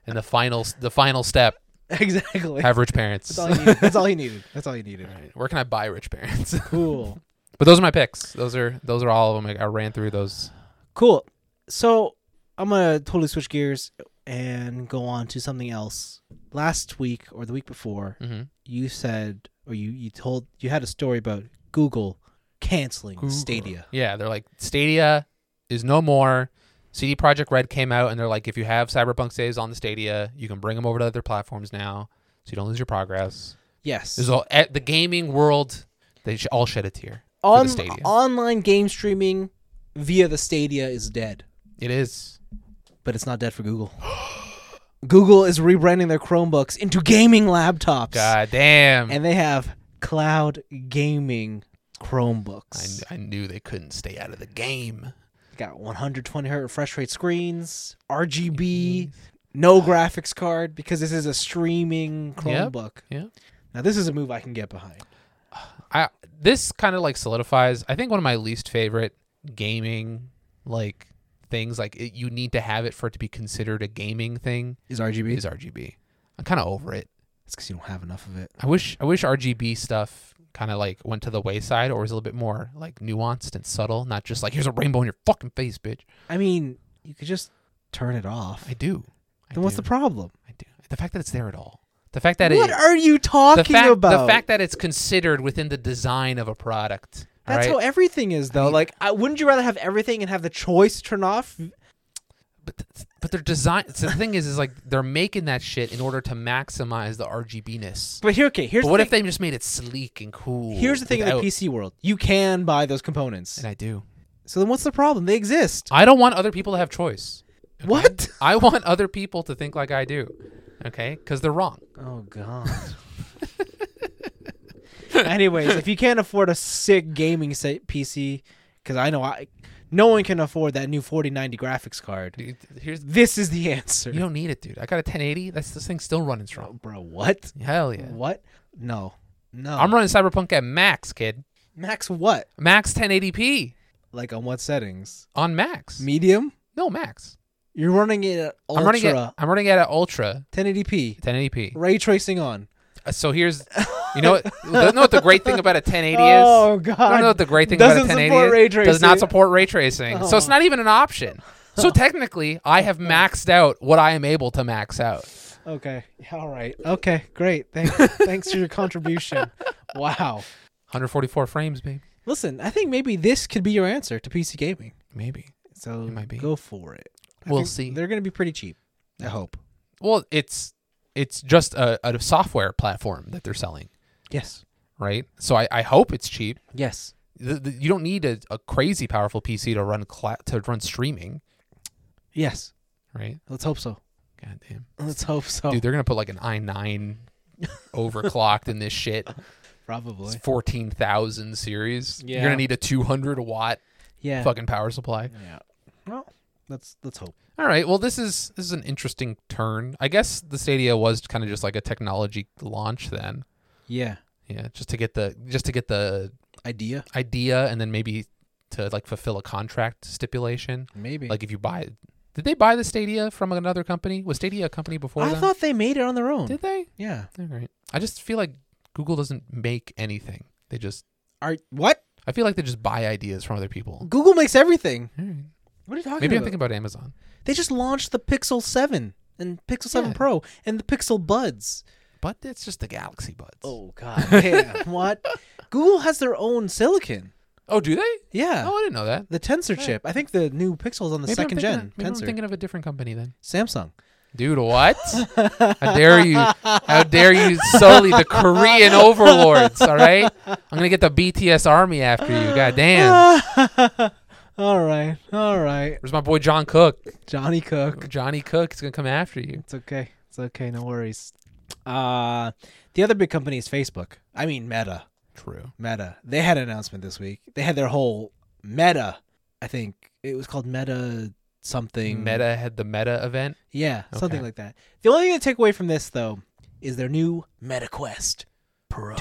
and the final the final step.
*laughs* exactly.
Have rich parents.
That's all, you needed. that's all you needed. That's all you
*laughs*
needed.
Where can I buy rich parents?
Cool.
but those are my picks. Those are those are all of them. I, I ran through those.
Cool. So I'm gonna totally switch gears and go on to something else. Last week or the week before,
hmm
you said or you you told you had a story about Google canceling Stadia.
Yeah, they're like Stadia is no more. CD Project Red came out and they're like, if you have Cyberpunk saves on the Stadia, you can bring them over to other platforms now, so you don't lose your progress.
Yes.
There's all at the gaming world. They sh- all shed a tear. for
On,
the Stadia.
online game streaming via the Stadia is dead,
It is.
but it's not dead for
*gasps*
Google. Google is rebranding their Chromebooks into gaming laptops,
God damn.
and they have cloud gaming
I,
Chromebooks.
kn- I knew they couldn't stay out of the game.
Got 120 hertz refresh rate screens, RGB, no graphics card because this is a streaming
Yep,
Chromebook.
yeah.
Now this is a move I can get behind.
I this kind of like solidifies. I think one of my least favorite gaming like things like it, you need to have it for it to be considered a gaming thing
Is RGB?
is RGB. I'm kind of over it.
It's because you don't have enough of it.
I wish I wish RGB stuff kind of like went to the wayside or was a little bit more like nuanced and subtle, not just like here's a rainbow in your fucking face, bitch.
I mean, you could just turn it off.
I do. I
then what's
do.
the problem?
I do. The fact that it's there at all. The fact that it
what are you
the
talking
fact,
about?
The fact that it's considered within the design of a product. all
That's
right?
how everything is, though.
mean-
like, I, wouldn't you rather have everything and have the choice to turn off?
but th- but their design. So the thing is, is like they're making that shit in order to maximize the RGBness.
But here, okay, here's
But
the
what
thing.
if they just made it sleek and cool?
Here's the thing in
without-
the PC world. You can buy those components.
And I do.
So then what's the problem? They exist.
I don't want other people to have choice. okay?
What?
I want *laughs* other people to think like I do. Okay, because they're wrong.
Oh god. Anyways, if you can't afford a sick gaming set PC, because I know I, no one can afford that new 4090 graphics card.
Dude, here's
This is the answer.
you don't need it, dude. I got a 1080. That's this thing's still running
Oh,
strong.
bro, what?
Hell yeah.
What? No, no.
I'm running Cyberpunk at max, kid.
Max what?
Max 1080p
Like on what settings?
on max.
Medium?
no max.
You're running it at ultra.
I'm running it. I'm running it at ultra
1080p.
*laughs* 1080p.
Ray tracing on.
Uh, So here's, you know, what, you know what the great thing about a 1080 *laughs* is.
Oh god.
I don't know what the great thing about a
doesn't
1080
support
is.
ray
Does not
tracing.
support ray tracing, so it's
Oh.
not even an option. So technically, I have maxed out what I am able to max out.
Okay. All right. Okay. Great. Thanks. Thanks for your *laughs* contribution. Wow.
144 frames, maybe.
Listen, I think maybe this could be your answer to PC gaming.
Maybe
So
might be.
go for it. I
we'll
think
see.
They're going to be pretty cheap. I hope.
Well, it's it's just a, a software platform that they're selling,
Yes.
right? So I, I hope it's cheap.
Yes.
The, the, you don't need a, a crazy powerful PC to run cla- to run streaming,
Yes.
right?
Let's hope so.
God damn,
Let's hope so.
dude, they're gonna put like an i9 overclocked in
*laughs*
this shit. It's
Probably.
14,000 series. You're
Yeah.
gonna need a 200 watt
Yeah.
fucking power supply.
Yeah. Well, let's let's hope.
All right. Well, this is this is an interesting turn. I guess the Stadia was kind of just like a technology launch then.
Yeah.
Yeah, just to get the just to get the
Idea.
idea and then maybe to like fulfill a contract stipulation.
Maybe.
Like if you buy Did they buy the Stadia from another company? Was Stadia a company before
I
them?
thought they made it on their own.
Did they?
yeah.
All right. I just feel like Google doesn't make anything. They just
Are what?
I feel like they just buy ideas from other people.
Google makes everything.
All right.
What are you talking
Maybe I'm
about?
thinking about Amazon.
They just launched the Pixel 7 and Pixel 7
Yeah.
Pro and the Pixel Buds.
But it's just the Galaxy Buds.
Oh *laughs* god. damn. what? Google has their own silicon.
Oh, do they?
Yeah.
Oh, I didn't know that.
The Tensor chip. I think the new Pixel's on the
Maybe I'm
second
thinking
gen.
of- maybe I'm
Tensor.
thinking of a different company then.
Samsung. *laughs*
Dude, what? How dare you? How dare you sully the Korean overlords? All right, I'm gonna get the BTS army after you. God damn.
*laughs* all right. All right.
Where's my boy John Cook?
Johnny Cook.
Johnny Cook is gonna come after you.
It's okay. It's okay. No worries. Uh the other big company is Facebook. I mean Meta.
True.
Meta. They had an announcement this week. They had their whole Meta. I think it was called Meta something.
Meta had the Meta event.
Yeah, something
Okay.
like that. The only thing to take away from this though is their new Meta Quest Pro.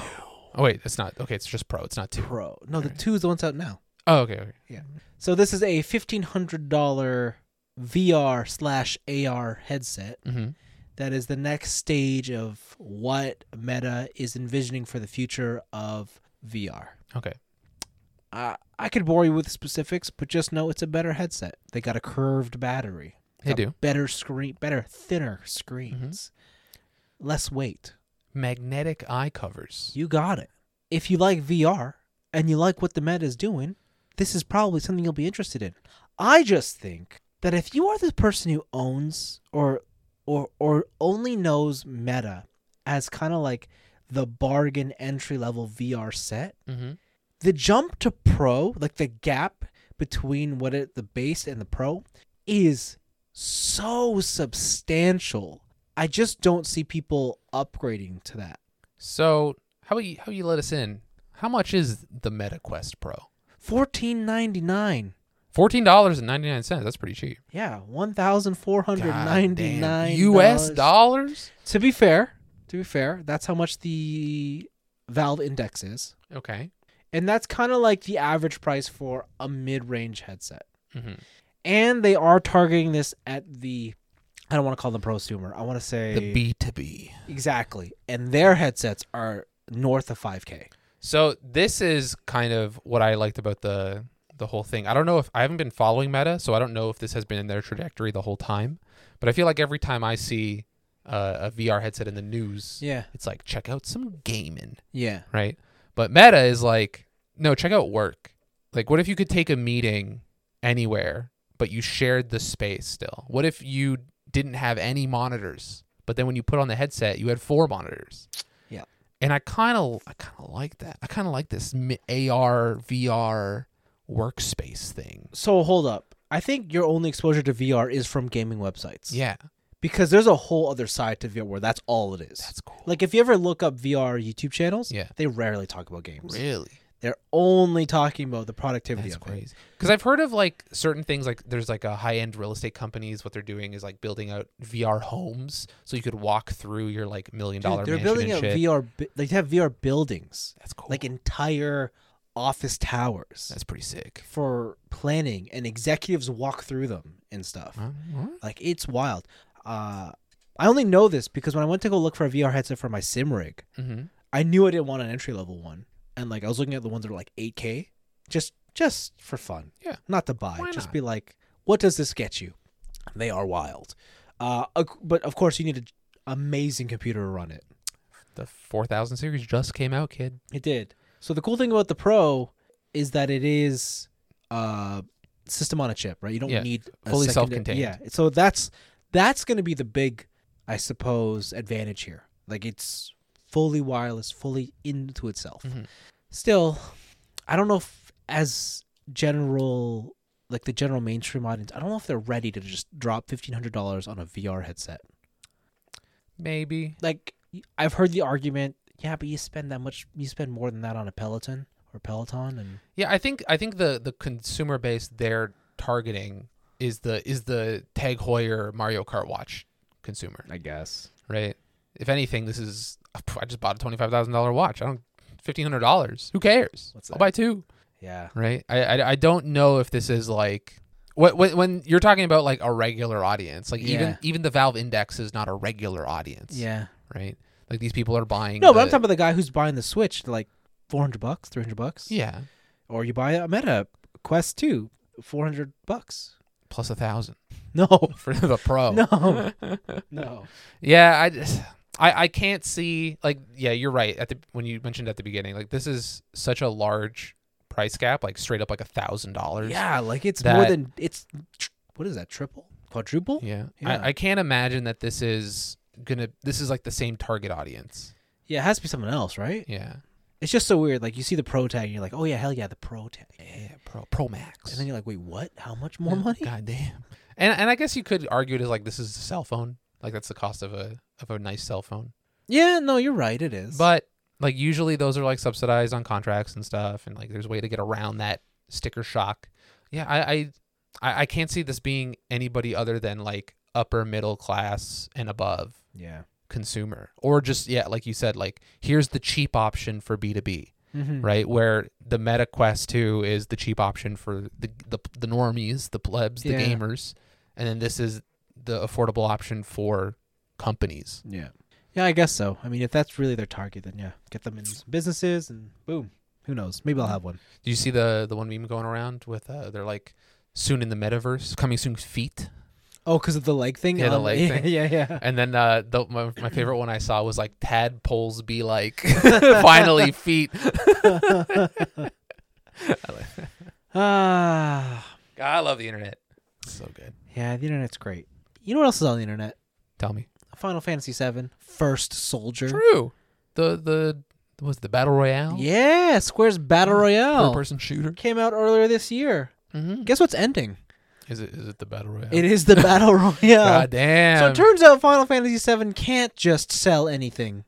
Oh wait, it's not. Okay, it's just Pro. It's not two.
Pro. No, the two is the ones out now.
Oh okay. okay.
So this is a fifteen hundred dollar VR slash AR headset
Mm-hmm.
that is the next stage of what Meta is envisioning for the future of VR.
Okay.
I I could bore you with specifics, but just know it's a better headset. They got a curved battery.
They
got
do.
better screen, better thinner screens,
Mm-hmm.
less weight.
Magnetic eye covers.
You got it. If you like VR and you like what the Meta is doing, this is probably something you'll be interested in. I just think that if you are the person who owns or or or only knows Meta as kind of like the bargain entry level VR set,
Mm-hmm.
the jump to Pro, like the gap between what it the base and the Pro is so substantial. I just don't see people upgrading to that.
So how you how you let us in? How much is the Meta Quest Pro?
Fourteen ninety nine.
Fourteen dollars and ninety nine cents. That's pretty cheap.
Yeah, one thousand four hundred
God damn.
ninety nine
U.S. dollars.
To be fair, to be fair, that's how much the Valve Index is,
Okay.
and that's kind of like the average price for a mid range headset.
hmm
And they are targeting this at the, I don't want to call them prosumer. I want to say
The B to B.
exactly. And their headsets are north of five k.
So this is kind of what I liked about the the whole thing. I don't know if I haven't been following Meta, so I don't know if this has been in their trajectory the whole time. But I feel like every time I see uh, a VR headset in the news,
Yeah,
it's like check out some gaming,
yeah,
right? But Meta is like, no, check out work. Like, what if you could take a meeting anywhere, but you shared the space still? What if you didn't have any monitors, but then when you put on the headset, you had four monitors?
Yeah.
And I kind of, I kind of like that. I kind of like this mi- AR VR workspace thing.
So hold up. I think your only exposure to VR is from gaming websites.
Yeah.
because there's a whole other side to VR where that's all it is.
That's cool.
like if you ever look up VR YouTube channels,
Yeah.
they rarely talk about games.
Really?
They're only talking about the productivity
That's
of it.
crazy. Because I've heard of like certain things, like there's like a high end real estate companies. What they're doing is like building out VR homes, so you could walk through your like million
Dude,
dollar
they're
mansion
building
and
out
shit.
VR. bu- They have VR buildings,
That's cool.
like entire office towers
That's pretty sick.
for planning, and executives walk through them and stuff.
Huh? What?
Like it's wild. Uh, I only know this because when I went to go look for a VR headset for my sim rig,
Mhm.
I knew I didn't want an entry level one, and like I was looking at the ones that were like 8K, just just for fun.
Yeah.
Not to buy.
Why
just
not?
be like, what does this get you? They are wild. Uh, ac- but of course you need an amazing computer to run it.
The four thousand series just came out, kid.
It did. So the cool thing about the Pro is that it is uh system on a chip, right? You don't
Yeah,
need a
fully
secondary-
self-contained.
Yeah. So that's that's going to be the big I suppose advantage here. Like it's fully wireless, fully into itself.
Mhm.
Still, I don't know if as general like the general mainstream audience, I don't know if they're ready to just drop $1500 on a VR headset
Maybe.
like I've heard the argument, yeah, but you spend that much, you spend more than that on a Peloton or Peloton, and
Yeah, I think I think the the consumer base they're targeting is the is the Tag Heuer Mario Kart watch consumer,
I guess
right? If anything, this is I just bought a twenty five thousand dollar watch. I don't fifteen hundred dollars. Who cares?
What's
I'll
that?
buy two.
yeah,
right I, I i don't know if this is like what when, when you're talking about like a regular audience like even
Yeah.
even the valve index is not a regular audience
yeah.
right like these people are buying
No, but I'm
the-
talking about the guy who's buying the Switch, they're like four hundred bucks, three hundred bucks,
yeah
or you buy a Meta Quest Two, four hundred bucks.
plus a thousand
*laughs*
*laughs*
No,
for the pro
*laughs* no, no.
yeah i just I, I can't see like yeah you're right at the when you mentioned at the beginning like this is such a large price gap like straight up like a thousand dollars
Yeah, like it's more
That-
than it's. tr- What is that? Triple, quadruple?
yeah,
Yeah.
I, I can't imagine that this is gonna this is like the same target audience
Yeah, it has to be someone else, right?
yeah
It's just so weird. Like you see the pro tag, and you're like, oh yeah, hell yeah, the pro tag.
yeah pro pro max
And then you're like, wait, what? How much more
Yeah,
money?
God damn. And and I guess you could argue it as like this is a cell phone. Like that's the cost of a of a nice cell phone.
Yeah, no, you're right. It is.
But like usually those are like subsidized on contracts and stuff and like there's a way to get around that sticker shock. Yeah, I I I I can't see this being anybody other than like upper middle class and above
yeah,
consumer or just yeah like you said like here's the cheap option for b2b
Mm-hmm.
right where the meta quest 2 is the cheap option for the the, the normies the plebs the
Yeah.
gamers and then this is the affordable option for companies
Yeah, yeah, I guess so. I mean, if that's really their target, then yeah, get them in some businesses and boom. Who knows? Maybe I'll have one.
do you see the the one meme going around with uh they're like soon in the metaverse coming soon feet
Oh, because of the leg thing.
Yeah, the
Um,
leg
yeah, *laughs*
thing.
Yeah, yeah.
and then uh the, my, my favorite one i saw was like tadpoles be like
*laughs*
*laughs* finally feet
Ah,
God, i love the internet It's so good
yeah. The internet's great. You know what else is on the internet?
tell me
Final Fantasy VII, First Soldier.
true the the was it the battle royale
Yeah, Square's battle
Mm. third
royale
person shooter
came out earlier this year.
mm-hmm.
Guess what's ending?
is it is it the battle royale
It is the
*laughs*
battle royale.
God damn.
So it turns out Final Fantasy VII can't just sell anything.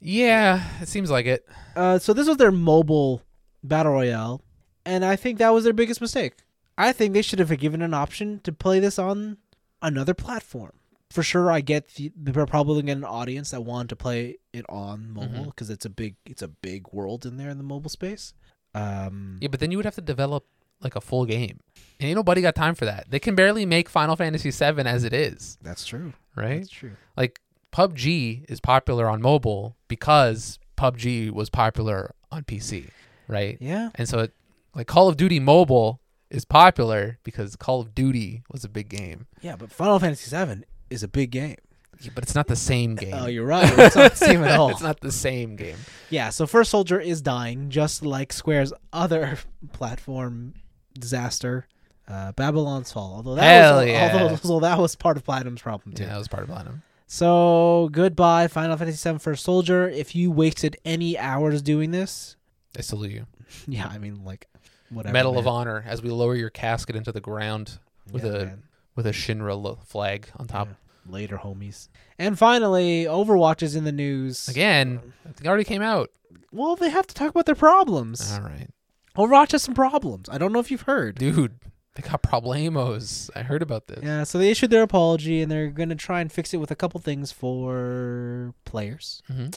yeah, it seems like it.
Uh, so this was their mobile battle royale, and I think that was their biggest mistake. I think they should have given an option to play this on another platform. For sure, I get the, they're probably gonna get an audience that wanted to play it on
Mm-hmm.
mobile because it's a big it's a big world in there in the mobile space. Um,
Yeah, but then you would have to develop like a full game, and ain't nobody got time for that. They can barely make Final Fantasy VII as it is,
That's true.
right?
That's true.
Like PUBG is popular on mobile because PUBG was popular on PC, right?
Yeah.
And so, it, like Call of Duty Mobile is popular because Call of Duty was a big game,
Yeah, but Final Fantasy VII is a big game.
Yeah, but it's not the same game.
Oh, you're right. It's not the same
*laughs*
at all.
it's not the same game.
Yeah, so First Soldier is dying, just like Square's other *laughs* platform disaster, uh, Babylon's Fall. Although that
Hell
was,
yeah.
although, *laughs* although that was part of Platinum's problem too.
Yeah, that was part of Platinum.
So goodbye, Final Fantasy VII First Soldier. If you wasted any hours doing this, *laughs*
I salute you.
yeah, I mean like whatever.
Medal
man.
of Honor as we lower your casket into the ground with
Yeah,
a
man.
with a Shinra lo- flag on top.
Later, homies. And finally, Overwatch is in the news.
Again, I think it already came out.
Well, they have to talk about their problems.
All right.
Overwatch has some problems. I don't know if you've heard.
Dude, they got problemos. I heard about this.
Yeah, so they issued their apology and they're going to try and fix it with a couple things for players.
Mhm.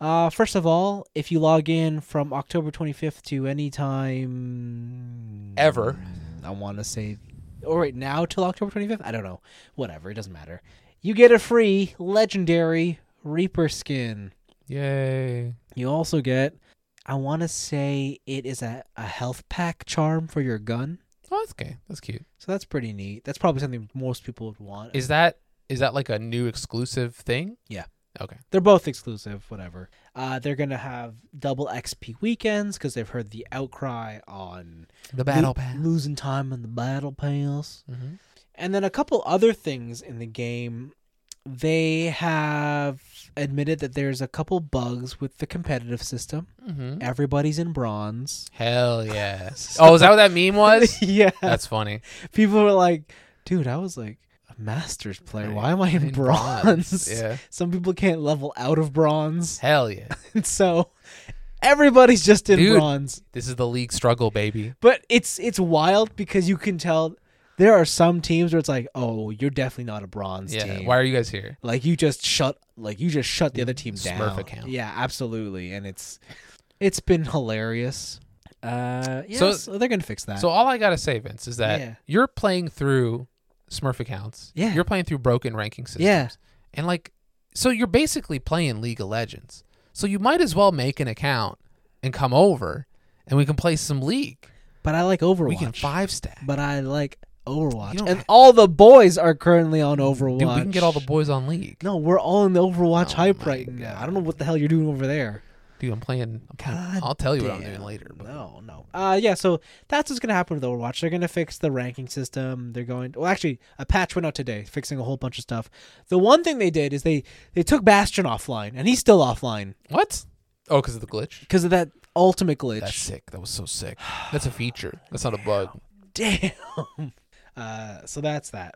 Uh, first of all, if you log in from October 25th to any time
Ever.
I want to say, or right now till October 25th, I don't know. Whatever, it doesn't matter. You get a free legendary Reaper skin.
Yay.
You also get, I want to say, it is a, a health pack charm for your gun.
Oh, that's okay. That's cute.
So that's pretty neat. That's probably something most people would want.
Is that is that like a new exclusive thing?
Yeah.
Okay.
They're both exclusive, whatever. Uh, they're gonna have double XP weekends because they've heard the outcry on
The
lo- losing time on the battle pass,
Mm-hmm.
and then a couple other things in the game. They have admitted that there's a couple bugs with the competitive system.
Mm-hmm.
Everybody's in bronze.
Hell yeah. oh, is that what that meme was?
*laughs* yeah,
That's funny.
people were like, "Dude, I was like a masters player. Why am I in, bronze?"
Yeah.
Some people can't level out of bronze.
Hell yeah.
And *laughs* so everybody's just in
Dude.
bronze.
This is the league struggle, baby.
But it's it's wild because you can tell there are some teams where it's like, oh, you're definitely not a bronze
Yeah.
team.
Why are you guys here?
like you just shut like you just shut the other team down.
Smurf account.
Yeah, absolutely. And it's it's been hilarious. Uh yeah,
So-
so, they're gonna fix that.
So all I gotta say, Vince, is that
Yeah.
you're playing through Smurf accounts.
Yeah.
You're playing through broken ranking systems.
Yeah.
And like so you're basically playing League of Legends. So you might as well make an account and come over and we can play some league.
but I like Overwatch.
We can five stack.
but I like
You
Overwatch.
don't
And
ha-
all the boys are currently on Overwatch.
Dude, we can get all the boys on league.
No, we're all in the Overwatch
Oh
hype
my
right
God.
now. I don't know what the hell you're doing over there.
Dude, I'm playing. I'm playing-
God
I'll tell you what I'm
damn.
doing later. But
No, no. Uh, yeah. So that's what's gonna happen with Overwatch. They're gonna fix the ranking system. They're going. Well, actually, a patch went out today, fixing a whole bunch of stuff. The one thing they did is they they took Bastion offline, and he's still offline
what? Oh, because of the glitch.
because of that ultimate glitch.
That's sick. That was so sick. That's a feature. That's not a
*sighs*
bug.
*laughs* Damn. Uh, so that's that.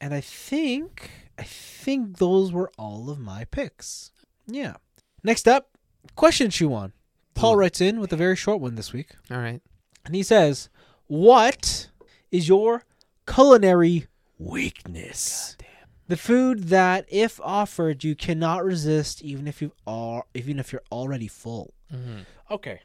And I think I think those were all of my picks. Yeah. Next up, question you on. Paul
Ooh.
writes in with a very short one this week.
All right.
And he says, What is your culinary weakness? The food that, if offered, you cannot resist, even if you are, even if you're already full.
Mhm.
Okay,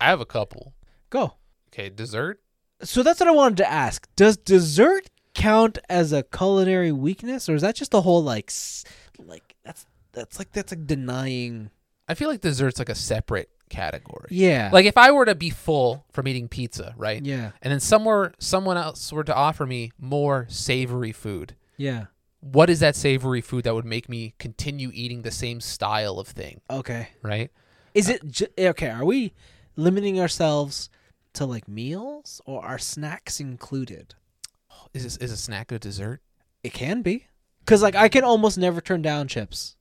I have a couple.
go.
Okay, dessert.
So that's what I wanted to ask. Does dessert count as a culinary weakness, or is that just a whole like, s- like that's that's like that's like denying?
I feel like dessert's like a separate category.
Yeah,
Like if I were to be full from eating pizza, right?
yeah,
And then somewhere someone else were to offer me more savory food.
yeah.
What is that savory food that would make me continue eating the same style of thing,
Okay.
right?
Is it ju- okay? Are we limiting ourselves to like meals, or are snacks included?
Is this, is a snack a dessert?
It can be, because like I can almost never turn down chips.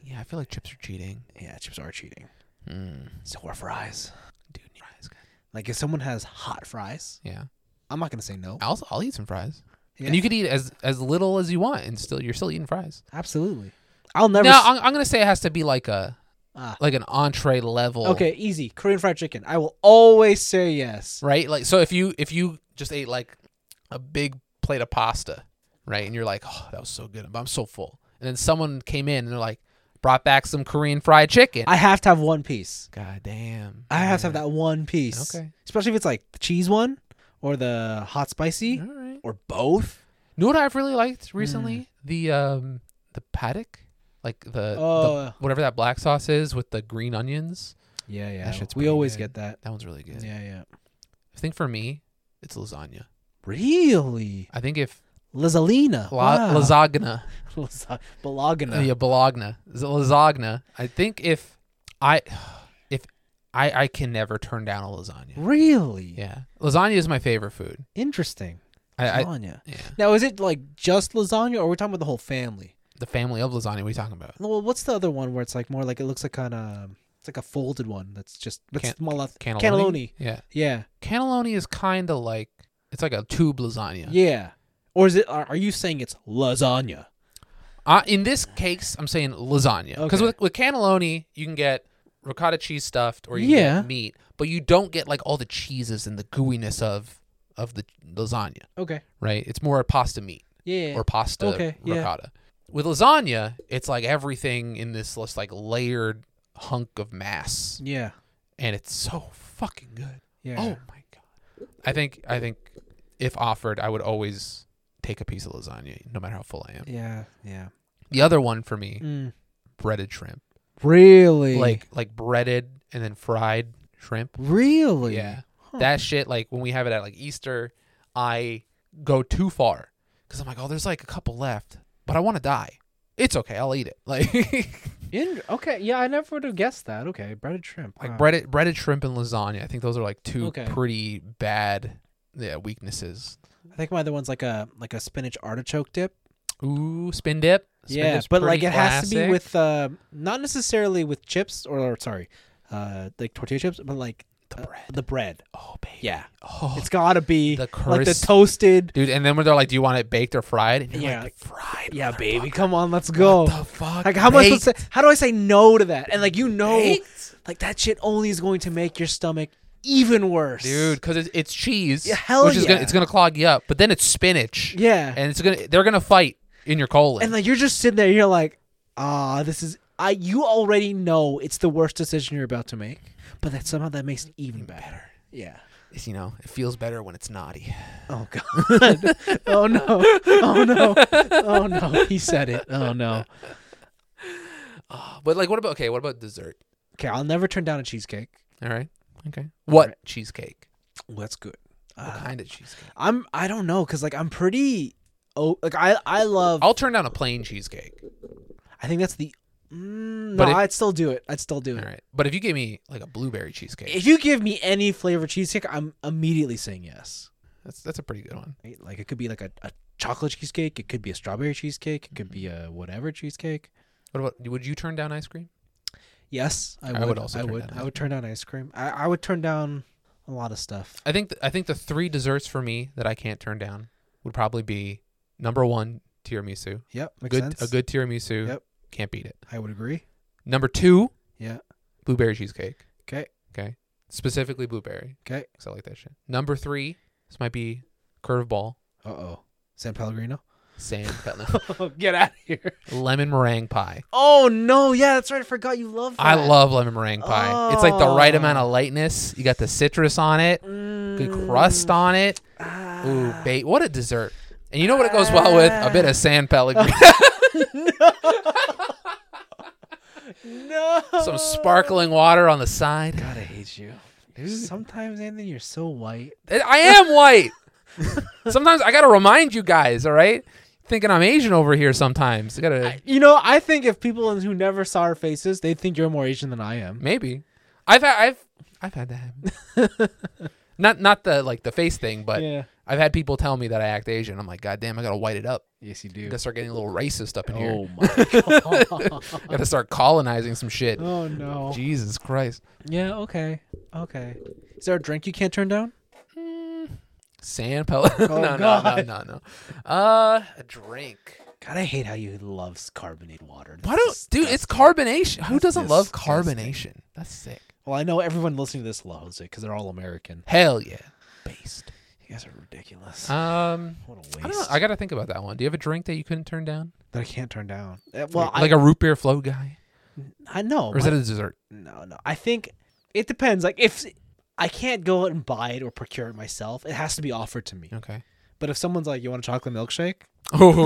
Yeah, I feel like chips are cheating.
Yeah, chips are cheating.
Mm.
So are fries.
Dude, need fries. guys.
Like if someone has hot fries,
Yeah.
I'm not gonna say no.
I'll I'll eat some fries.
Yeah.
And you could eat as as little as you want, and still you're still eating fries.
Absolutely, I'll never.
No,
s-
I'm, I'm gonna say it has to be like a
Ah.
like an entree level.
okay, easy. Korean fried chicken. I will always say yes.
right? Like so, if you if you just ate like a big plate of pasta, right, and you're like, oh, that was so good, but I'm so full, and then someone came in and they're like, brought back some Korean fried chicken.
I have to have one piece.
God damn.
I have to have that one piece.
Okay.
Especially if it's like the cheese one or the hot spicy
All right.
or both.
You know what I've really liked recently?
Mm.
The um the paddock, like the,
Oh.
the whatever that black sauce is with the green onions.
Yeah, yeah.
That shit's
we
pretty
always
good.
get that.
That one's really good.
Yeah, yeah.
I think for me, it's lasagna.
Really?
I think if
Lasalina.
la-
*laughs* wow.
lasagna,
Lasa- Bologna.
yeah, bologna, Z- lasagna. I think if I, if I, I can never turn down a lasagna.
Really?
Yeah, lasagna is my favorite food.
Interesting.
I, I
Lasagna.
yeah,
now, is it like just lasagna or we are we talking about the whole family?
the family of lasagna. What are you talking about?
Well, what's the other one where it's like more like it looks like kind of. It's like a folded one that's just. That's
Can-
small,
Cannelloni.
Cannelloni.
Yeah,
Yeah.
cannelloni is kind of like it's like a tube lasagna.
Yeah. Or is it? Are are you saying it's lasagna?
Uh, in this case, I'm saying lasagna because
Okay.
with, with cannelloni you can get ricotta cheese stuffed or you can
Yeah.
get meat, but you don't get like all the cheeses and the gooiness of of the lasagna.
Okay.
Right? It's more pasta meat
Yeah.
or pasta
Okay, yeah.
ricotta. With lasagna, it's like everything in this just like layered hunk of mass,
yeah.
and it's so fucking good.
Yeah.
Oh my god! I think I think if offered, I would always take a piece of lasagna, no matter how full I am.
Yeah. Yeah.
The other one for me,
Mm.
breaded shrimp,
Really?
like like breaded and then fried shrimp.
really?
Yeah,
Huh.
that shit. Like when we have it at like Easter, I go too far because I'm like, oh, there's like a couple left, but I want to die. It's okay, I'll eat it. *laughs* Like
In- okay. Yeah, I never would have guessed that. Okay, breaded shrimp.
like
Wow.
breaded breaded shrimp and lasagna. I think those are like two
Okay.
pretty bad yeah weaknesses.
I think my other one's like a like a spinach artichoke dip.
Ooh, spin dip. Spin
yeah,
dip's
but like
pretty
it has to be
classic.
with uh, not necessarily with chips or, or sorry, uh, like tortilla chips, but like uh,
the bread.
the bread.
Oh baby.
Yeah,
Oh,
it's gotta be
the
like the
crisp-
toasted.
dude. And then when they're like, "Do you want it baked or fried?" And you're
Yeah,
like, "Fried."
Yeah,
motherfucker.
baby, come on, let's go.
What the fuck?
Like how am I
Baked?
supposed to say? How do I say no to that? And like you know,
Baked?
like that shit only is going to make your stomach even worse,
dude because it's, it's cheese
Yeah, hell
which is gonna
yeah.
it's gonna clog you up but then it's spinach
Yeah, and,
and it's gonna they're gonna fight in your colon
like you're just sitting there, you're like, ah, this is. I you already know it's the worst decision you're about to make, but that somehow that makes it even better. Yeah.
It's, you know it feels better when it's naughty
Oh god. *laughs* oh no. Oh no. Oh no. He said it. Oh no.
Uh, *gasps* but like what about okay what about dessert
Okay, I'll never turn down a cheesecake.
all right okay what
right.
cheesecake
Well, that's good.
what
Uh,
kind of cheesecake
I'm I don't know cuz like I'm pretty oh like I I love
i'll turn down a plain cheesecake
I think that's the mm, no,
But if-
I'd still do it. I'd still do
all
it.
right but if you gave me like a blueberry cheesecake
If you give me any flavor cheesecake, I'm immediately saying yes.
that's that's a pretty good one
Right? Like it could be like a, a chocolate cheesecake, it could be a strawberry cheesecake, it could be a whatever cheesecake.
what about would you turn down ice cream
Yes, I would.
I would also
I
turn
would.
down
I
ice
would turn down ice cream. I, I would turn down a lot of stuff.
i think th- i think the three desserts for me that i can't turn down would probably be number one tiramisu
Yep, makes
good
sense.
a good tiramisu
Yep.
can't beat it
I would agree.
number two
Yeah.
blueberry cheesecake.
Okay.
Okay. Specifically blueberry.
Okay.
Because I like that shit. Number three, this might be curveball,
Uh oh. San *laughs* Pellegrino.
sand,
*laughs*
but
Oh, Get out of here.
lemon meringue pie.
Oh no! Yeah, that's right. I forgot you love. That.
I love lemon meringue pie. It's like the right
Oh.
amount of lightness. You got the citrus on it, good
Mm,
crust on it. Ooh,
ah.
bait. What a dessert. And you know what it goes well with? A bit of San
*laughs*
Pellegrino,
No.
some sparkling water on the side.
God, I hate you. Sometimes, Anthony, you're so white.
I am
*laughs*
white. sometimes I got to remind you guys, all right? Thinking I'm Asian over here sometimes. I got to
You know, I think if people who never saw our faces, they think you're more Asian than I am.
Maybe. I've had I've I've had that happen.
*laughs*
not not the like the face thing, but
yeah.
I've had people tell me that I act Asian. I'm like, God damn, I gotta white it up.
Yes, you
I
do.
gotta start getting a little racist up in here.
my god.
I gotta start colonizing some
*laughs*
shit.
oh no.
Jesus Christ.
Yeah, okay. Okay. Is there a drink you can't turn down?
San *laughs* Pel no, no, no,
Oh, God.
no, no. Uh a drink.
God, I hate how you loves carbonated water.
Why
That's
don't dude, it's
disgusting.
carbonation. Who
That's
doesn't love
disgusting.
carbonation? That's sick.
Well, I know everyone listening to this loves it because they're all American.
Hell yeah. Based.
You guys are ridiculous.
Um
what a
I don't know.
waste.
I gotta think about that one. Do you have a drink that you couldn't turn down?
that I can't turn down. Uh, Well,
like
I,
a root beer float guy?
I know.
Or is
my-
that a dessert?
no, no. I think it depends. Like if I can't go out and buy it or procure it myself, it has to be offered to me.
Okay.
But if someone's like, "You want a chocolate milkshake?" be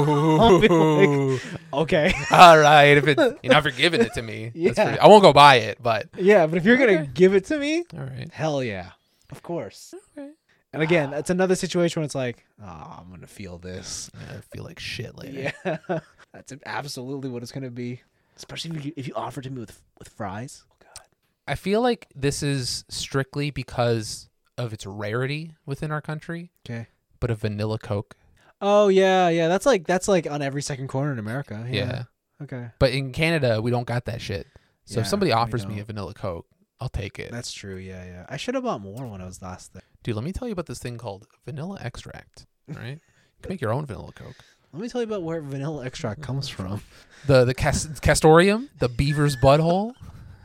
Oh,
like- Okay.
*laughs* all right. If it, you're not for giving it to me, that's
Yeah.
pretty- I won't go buy it. But
*laughs* yeah, but if you're gonna
Okay.
give it to me,
all right,
Hell yeah. Of course.
Okay.
And again, that's another situation when it's like, oh, I'm going to feel this.
I feel like shit later.
Yeah. *laughs* that's absolutely what it's going to be. Especially if you, if you offer to me with, with fries. Oh, God.
I feel like this is strictly because of its rarity within our country.
Okay.
But a vanilla Coke,
Oh, yeah. Yeah. That's like, that's like on every second corner in America.
yeah.
Yeah. Okay.
But in Canada, we don't got that shit. So if
Yeah,
somebody
we
offers me a
don't.
vanilla Coke, I'll take it.
That's true. Yeah. Yeah. I should have bought more when I was last there.
Dude, let me tell you about this thing called vanilla extract. All right, you can make your own vanilla Coke.
Let me tell you about where vanilla extract
*laughs*
comes from.
The the cas- *laughs* castorium, the beaver's butthole.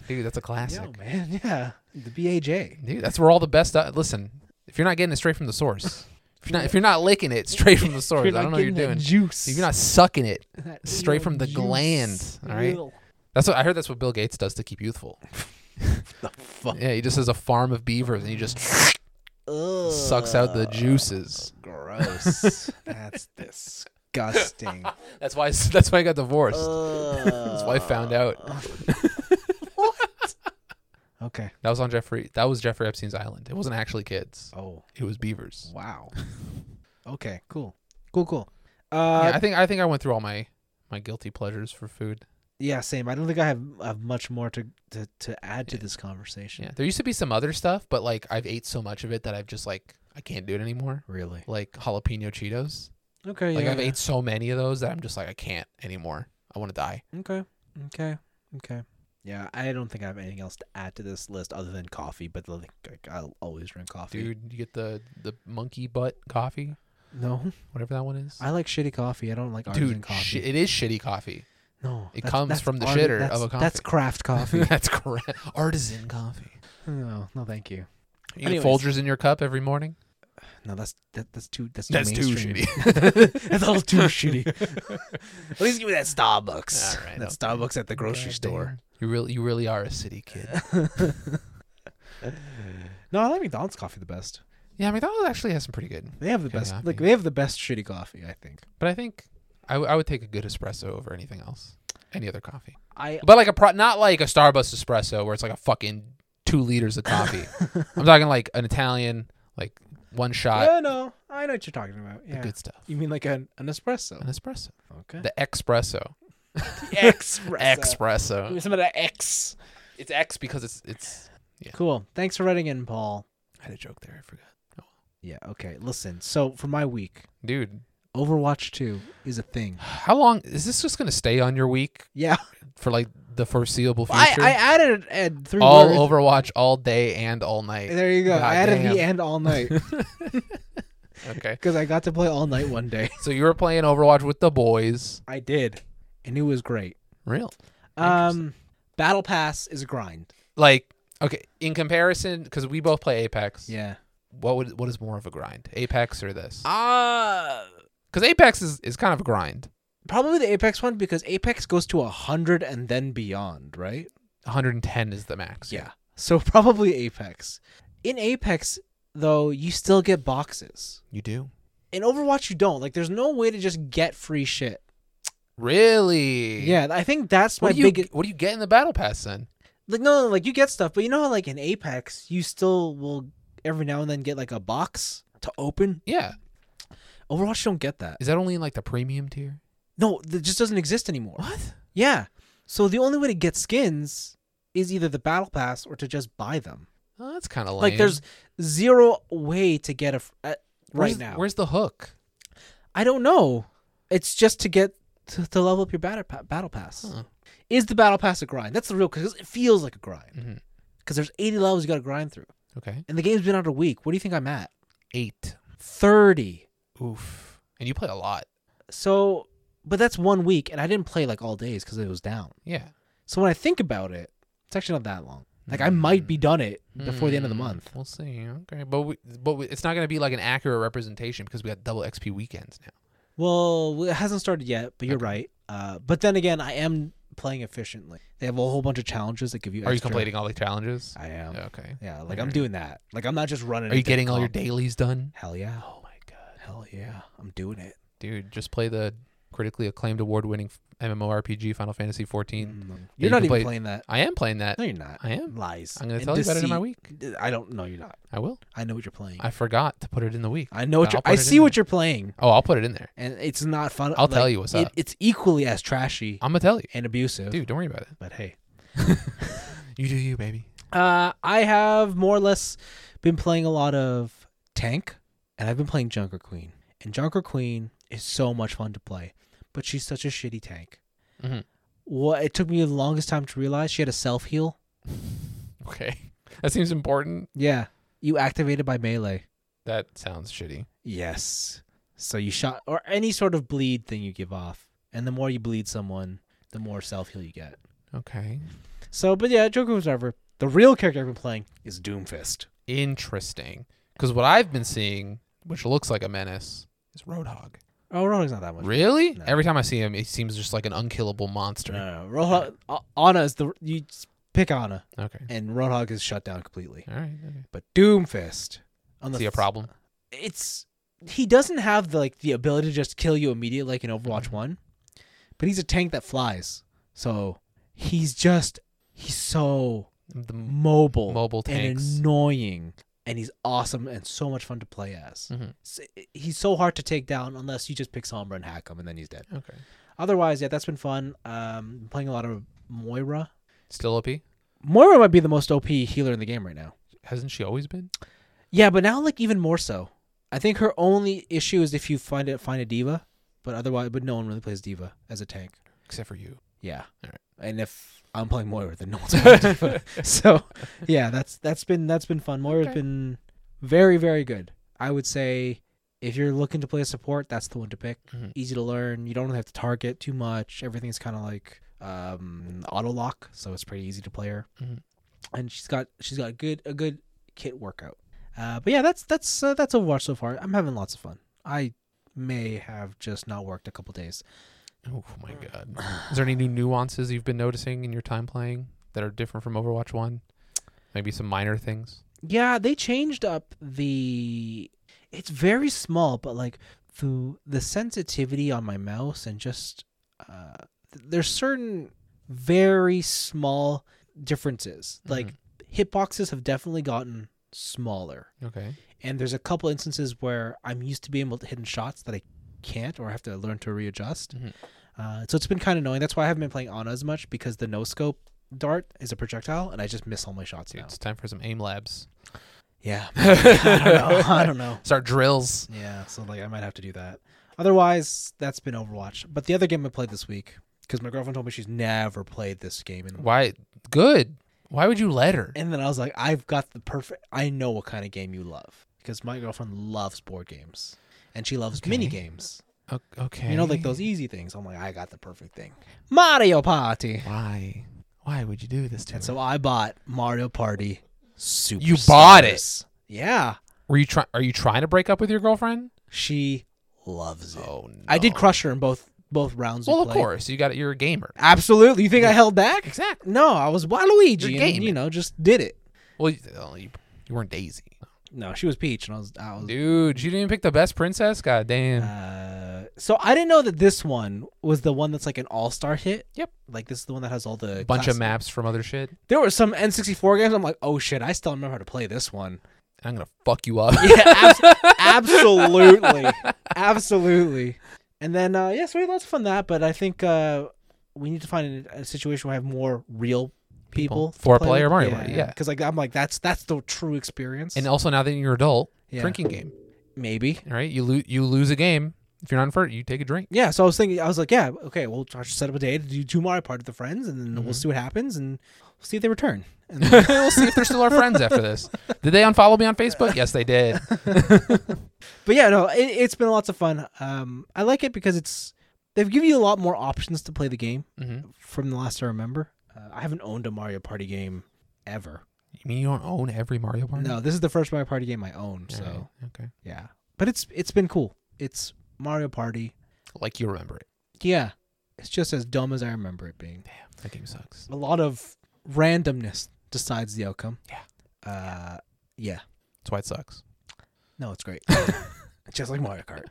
Dude, that's a classic.
Yeah, man. *laughs* Yeah. The BAJ.
Dude, that's where all the best. Uh, listen, if you're not getting it straight from the source, if you're not if you're not licking it *laughs* straight from the source, I
not
don't know what you're
getting that
doing.
Juice.
If you're not sucking it
*laughs* That
straight
real
from the
juice.
gland, all right?
Real.
That's what I heard. That's what Bill Gates does to keep youthful.
Fuck.
Yeah, he just has a farm of beavers and he just sucks out the
Ugh,
juices.
Gross. *laughs* That's
*laughs*
disgusting.
That's why. That's why I got divorced.
His
wife found out.
what? Okay.
That was on Jeffrey. That was Jeffrey Epstein's island. It wasn't actually kids.
Oh,
It was beavers.
wow. Okay, cool. Cool, cool.
yeah,
Uh,
I think. I think I went through all my my guilty pleasures for food.
yeah, same. I don't think I have, have much more to, to, to add to this conversation.
Yeah, there used to be some other stuff, but like I've ate so much of it that I've just like I can't do it anymore.
Really?
Like jalapeno Cheetos.
Okay,
Like
yeah.
I've
yeah.
ate so many of those that I'm just like I can't anymore. I want to die.
Okay, okay, okay. Yeah, I don't think I have anything else to add to this list other than coffee, but like, like, I'll always drink coffee.
Dude, you get the the monkey butt coffee,
No,
whatever that one is.
I like shitty coffee. I don't like artisan
Dude,
coffee.
shi- it is shitty coffee.
No,
It comes from the shitter
that's,
of a
That's
coffee.
craft
*laughs*
coffee.
That's correct. Artisan coffee.
no, no, thank you.
You
Anyways.
get Folgers in your cup every morning.
No, that's that, that's too that's too
That's too
mainstream.
shitty.
*laughs* that's all
*laughs*
too shitty. *laughs* At least give me that Starbucks.
All right,
that
okay.
Starbucks at the grocery
God
store.
damn. You really, you really are a city
*laughs*
kid.
No, I like McDonald's coffee the best.
yeah, McDonald's actually has some pretty good.
They have the
Okay,
best.
yeah, I
Like
mean-
they have the best shitty coffee. I think.
But I think I, w- I would take a good espresso over anything else, any other coffee.
I
But like a pro, not like a Starbucks espresso where it's like a fucking two liters
*laughs*
of coffee. I'm talking like an Italian, like one shot,
yeah no, I know what you're talking about.
the
Yeah.
good stuff.
You mean like an an espresso?
An espresso,
Okay.
the espresso,
*laughs* Espresso. Give me
espresso.
Some of the X.
It's X because it's it's.
Cool. Thanks for writing in, Paul.
I had a joke there. I forgot.
Yeah. Okay. Listen. So for my week,
Dude,
Overwatch 2 is a thing.
how long is this just gonna stay on your week
Yeah.
for like the foreseeable
I,
future?
I added and three
all
words.
Overwatch all day and all
*laughs*
night.
There you go. I added
Goddamn.
the end all night
Okay.
because I got to play all night one day.
So you were playing Overwatch with the boys.
*laughs* I did, and it was great.
Real.
Um, Battle Pass is a grind.
Like okay, in comparison cuz we both play Apex.
Yeah.
What would what is more of a grind? Apex or this?
Uh
Cuz Apex is, is kind of a grind.
probably the Apex one because Apex goes to a hundred and then beyond, right?
110 is the max.
Yeah. So *laughs* probably Apex. In Apex, though, you still get boxes.
You do.
In Overwatch, you don't. Like, there's no way to just get free shit.
Really?
Yeah, I think that's my
What do you
biggest.
what do you get in the battle pass then?
like no, no, like you get stuff, but you know how like in Apex you still will every now and then get like a box to open.
Yeah.
Overwatch don't get that.
Is that only in like the premium tier?
No, it just doesn't exist anymore.
What?
Yeah. So the only way to get skins is either the battle pass or to just buy them.
Oh, that's kind of lame.
Like there's zero way to get a f- uh, right
Where's-
now.
Where's the hook?
I don't know. It's just to get to, to level up your battle pa- battle pass.
Huh.
Is the battle pass a grind? That's the real because it feels like a grind
Mhm.
because there's 80 levels you got to grind through,
Okay.
and the game's been out a week. What do you think I'm at?
8.
30.
Oof. And you play a lot.
So, but that's one week, and I didn't play like all days because it was down.
Yeah.
So when I think about it, it's actually not that long. Like I might be done it before the end of the
Hmm,
month.
We'll see. Okay, but we, but we, it's not going to be like an accurate representation because we got double XP weekends now.
Well, it hasn't started yet, but you're right. Uh, but then again, I am playing efficiently. They have a whole bunch of challenges that give you.
Are you
extra-
completing all the challenges?
I am. Yeah,
Okay.
like I'm doing that. Like I'm not just running.
Are you
into
getting all your
comp.
dailies done?
Hell yeah!
Oh my god,
Hell yeah! I'm doing it.
dude! Just play the critically acclaimed award-winning MMORPG Final Fantasy 14.
Mm. You're
you
not
can
even
play-
playing that.
I am playing that.
No, you're not.
I am.
Lies.
I'm going to
and
tell you about it in my
deceit.
week.
I don't. No, you're not.
I will.
I know what you're playing.
I forgot to put it in the week.
I know what
I'll
you're.
put
I
it in
see what
there.
you're playing,
Oh, I'll put it in there.
and it's not fun.
I'll tell you what's
it-
up.
It's equally as trashy
I'm gonna tell you,
and abusive.
dude. Don't worry about it.
But hey,
You do you, baby.
uh, I have more or less been playing a lot of tank, and I've been playing Junker Queen. And Junker Queen is so much fun to play, but she's such a shitty tank.
Mhm.
What it took me the longest time to realize she had a self heal.
*laughs* Okay, that seems important.
Yeah, you activated by melee.
That sounds shitty.
Yes. So you shot or any sort of bleed thing you give off, and the more you bleed someone, the more self heal you get.
Okay.
So, but yeah, Joker was over. The real character I've been playing is Doomfist.
Interesting. Because what I've been seeing, which looks like a menace, is Roadhog.
Oh, Roadhog's not that much.
Really?
No.
Every time I see him, he seems just like an unkillable monster.
No, no, no. Roadhog, A- Anna is the you s- pick Anna,
Okay.
and Roadhog is shut down completely.
All right. Okay.
But Doomfist, on the
See a
f-
problem?
it's he doesn't have the, like the ability to just kill you immediately like in Overwatch One, but he's a tank that flies, so he's just he's so
The m-
mobile,
mobile
and
tanks.
annoying, and he's awesome and so much fun to play as.
Mhm.
S- He's so hard to take down unless you just pick Sombra and hack him, and then he's dead.
Okay.
Otherwise, yeah, that's been fun. Um, playing a lot of Moira.
Still OP?
Moira might be the most OP healer in the game right now.
Hasn't she always been?
Yeah, but now like even more so. I think her only issue is if you find it find a diva, but otherwise, but no one really plays diva as a tank.
Except for you.
Yeah,
Alright.
and if I'm playing Moira, then no one's playing diva. So yeah, that's that's been that's been fun. Moira's
Okay.
been very very good. I would say if you're looking to play a support, that's the one to pick.
Mhm.
Easy to learn. You don't really have to target too much. Everything's kind of like um, auto lock, so it's pretty easy to play her.
Mhm.
And she's got she's got a good a good kit workout. Uh, but yeah, that's that's uh, that's Overwatch so far. I'm having lots of fun. I may have just not worked a couple days.
Oh
*sighs*
my god. Is there any new nuances you've been noticing in your time playing that are different from Overwatch 1? Maybe some minor things?
Yeah, they changed up the. It's very small, but like the the sensitivity on my mouse and just uh, th- there's certain very small differences. Like hitboxes have definitely gotten smaller,
Okay.
and there's a couple instances where I'm used to being able to hidden shots that I can't or have to learn to readjust.
Mhm.
Uh, so it's been kind of annoying. That's why I haven't been playing Ana as much because the no scope dart is a projectile, and I just miss all my shots
Dude,
now.
it's time for some aim labs.
Yeah. *laughs* I don't know. I don't know.
Start drills.
*laughs* Yeah, so like I might have to do that. Otherwise, that's been Overwatch. But the other game I played this week, because my girlfriend told me she's never played this game, and
Why? Good. Why would you let her?
Mm-hmm. and then I was like, I've got the perfect. I know what kind of game you love because my girlfriend loves board games, and she loves
Okay.
mini games.
O- Okay.
You know, like those easy things. I'm like, I got the perfect thing, Mario Party.
Why? Why would you do this to
And
us?
so I bought Mario Party Super.
bought it?
Yeah,
Were you trying? Are you trying to break up with your girlfriend?
she loves it.
Oh no!
I did crush her in both both rounds. we
Well, of
played.
course. You got it. You're a gamer.
Absolutely. You think I held back?
Exactly.
No, I was Waluigi.
You're
and,
gaming.
you know, just did it.
Well, you, oh, you, you weren't Daisy,
No, she was Peach, and I was. I was
dude. You didn't even pick the best princess. God damn.
uh, so I didn't know that this one was the one that's like an all-star hit.
Yep.
Like this is the one that has all the
a bunch of
class-
maps from other shit. And
There were some N64 games. I'm like, oh shit, I still remember how to play this one.
I'm gonna fuck
*laughs*
you up.
Yeah, abs- absolutely, *laughs* absolutely. And then uh, yeah, so we had lots of fun that, but I think uh, we need to find a, a situation where I have more real people,
People.
to
Four
play
player
with.
Mario Party, yeah.
Because like I'm like that's that's the true experience.
and also now that you're an adult,
Yeah.
drinking game.
maybe.
All right. You lose. You lose a game. If you're not in for it, you take
*laughs*
a drink.
Yeah, so I was thinking, I was like, yeah, okay, we'll try to set up a day to do two Mario Party with the friends, and then we'll see what happens, and we'll see if they
*laughs*
return. And then-
we'll see if they're still our friends after this. Did they unfollow me on Facebook? Yes,
*laughs*
they did.
but yeah, no, it, it's been lots of fun. Um, I like it because it's they've given you a lot more options to play the game
hmm
from the last I remember. Uh, I haven't owned a Mario Party game ever.
You mean you don't own every Mario Party?
No, this is the first Mario Party game I own.
All
So
right, okay.
yeah, but it's it's been cool. It's Mario Party.
Like you remember it.
Yeah, it's just as dumb as I remember it being.
That game sucks.
a lot of randomness decides the outcome.
Yeah.
Uh, yeah.
That's why it sucks.
No, it's
*laughs*
great. Just like Mario Kart.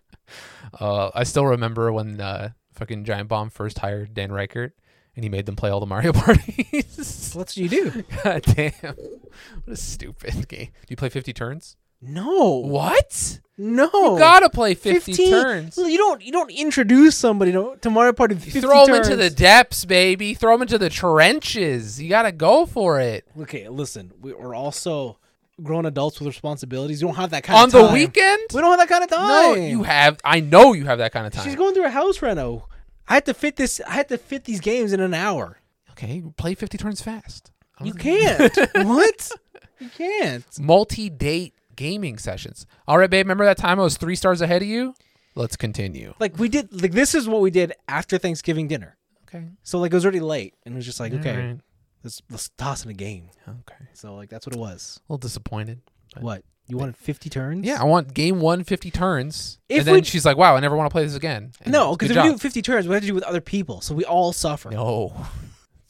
Uh, I still remember when uh, fucking Giant Bomb first hired Dan Reichert, and he made them play all the Mario *laughs* parties.
What's you do?
God *laughs* damn! What a stupid game. Do you play fifty turns?
No.
What?
No.
You gotta play fifty
15
turns.
Well, You don't. You don't introduce somebody to, to Mario Party. with 50
Throw them into the
turns.
depths, baby. Throw them into the trenches. You gotta go for it.
Okay, listen. we- We're also grown adults with responsibilities. You don't have that kind
On
of time.
the weekend?
We don't have that kind of
No,
time.
you have. I know you have that kind of time.
She's going through a house reno. I had to fit this. I had to fit these games in an hour.
okay, play fifty turns fast. I don't
You
think-
can't. *laughs*
*laughs*
what? You can't.
multi-date gaming sessions. All right, babe. Remember that time I was three stars ahead of you? Let's continue.
Like we did like this is what we did after Thanksgiving dinner.
Okay.
So like it was already late and it was just like, okay,
Alright.
let's let's toss in a game.
Okay. A
So like that's what it was.
little disappointed. but-
What? You wanted fifty turns?
Yeah, I want game one, 50 turns.
If
and then
we-
she's like, wow, I never want to play this again. And
No,
it's good
because if we do
job.
fifty turns, we have to do it with other people, so we all suffer.
No.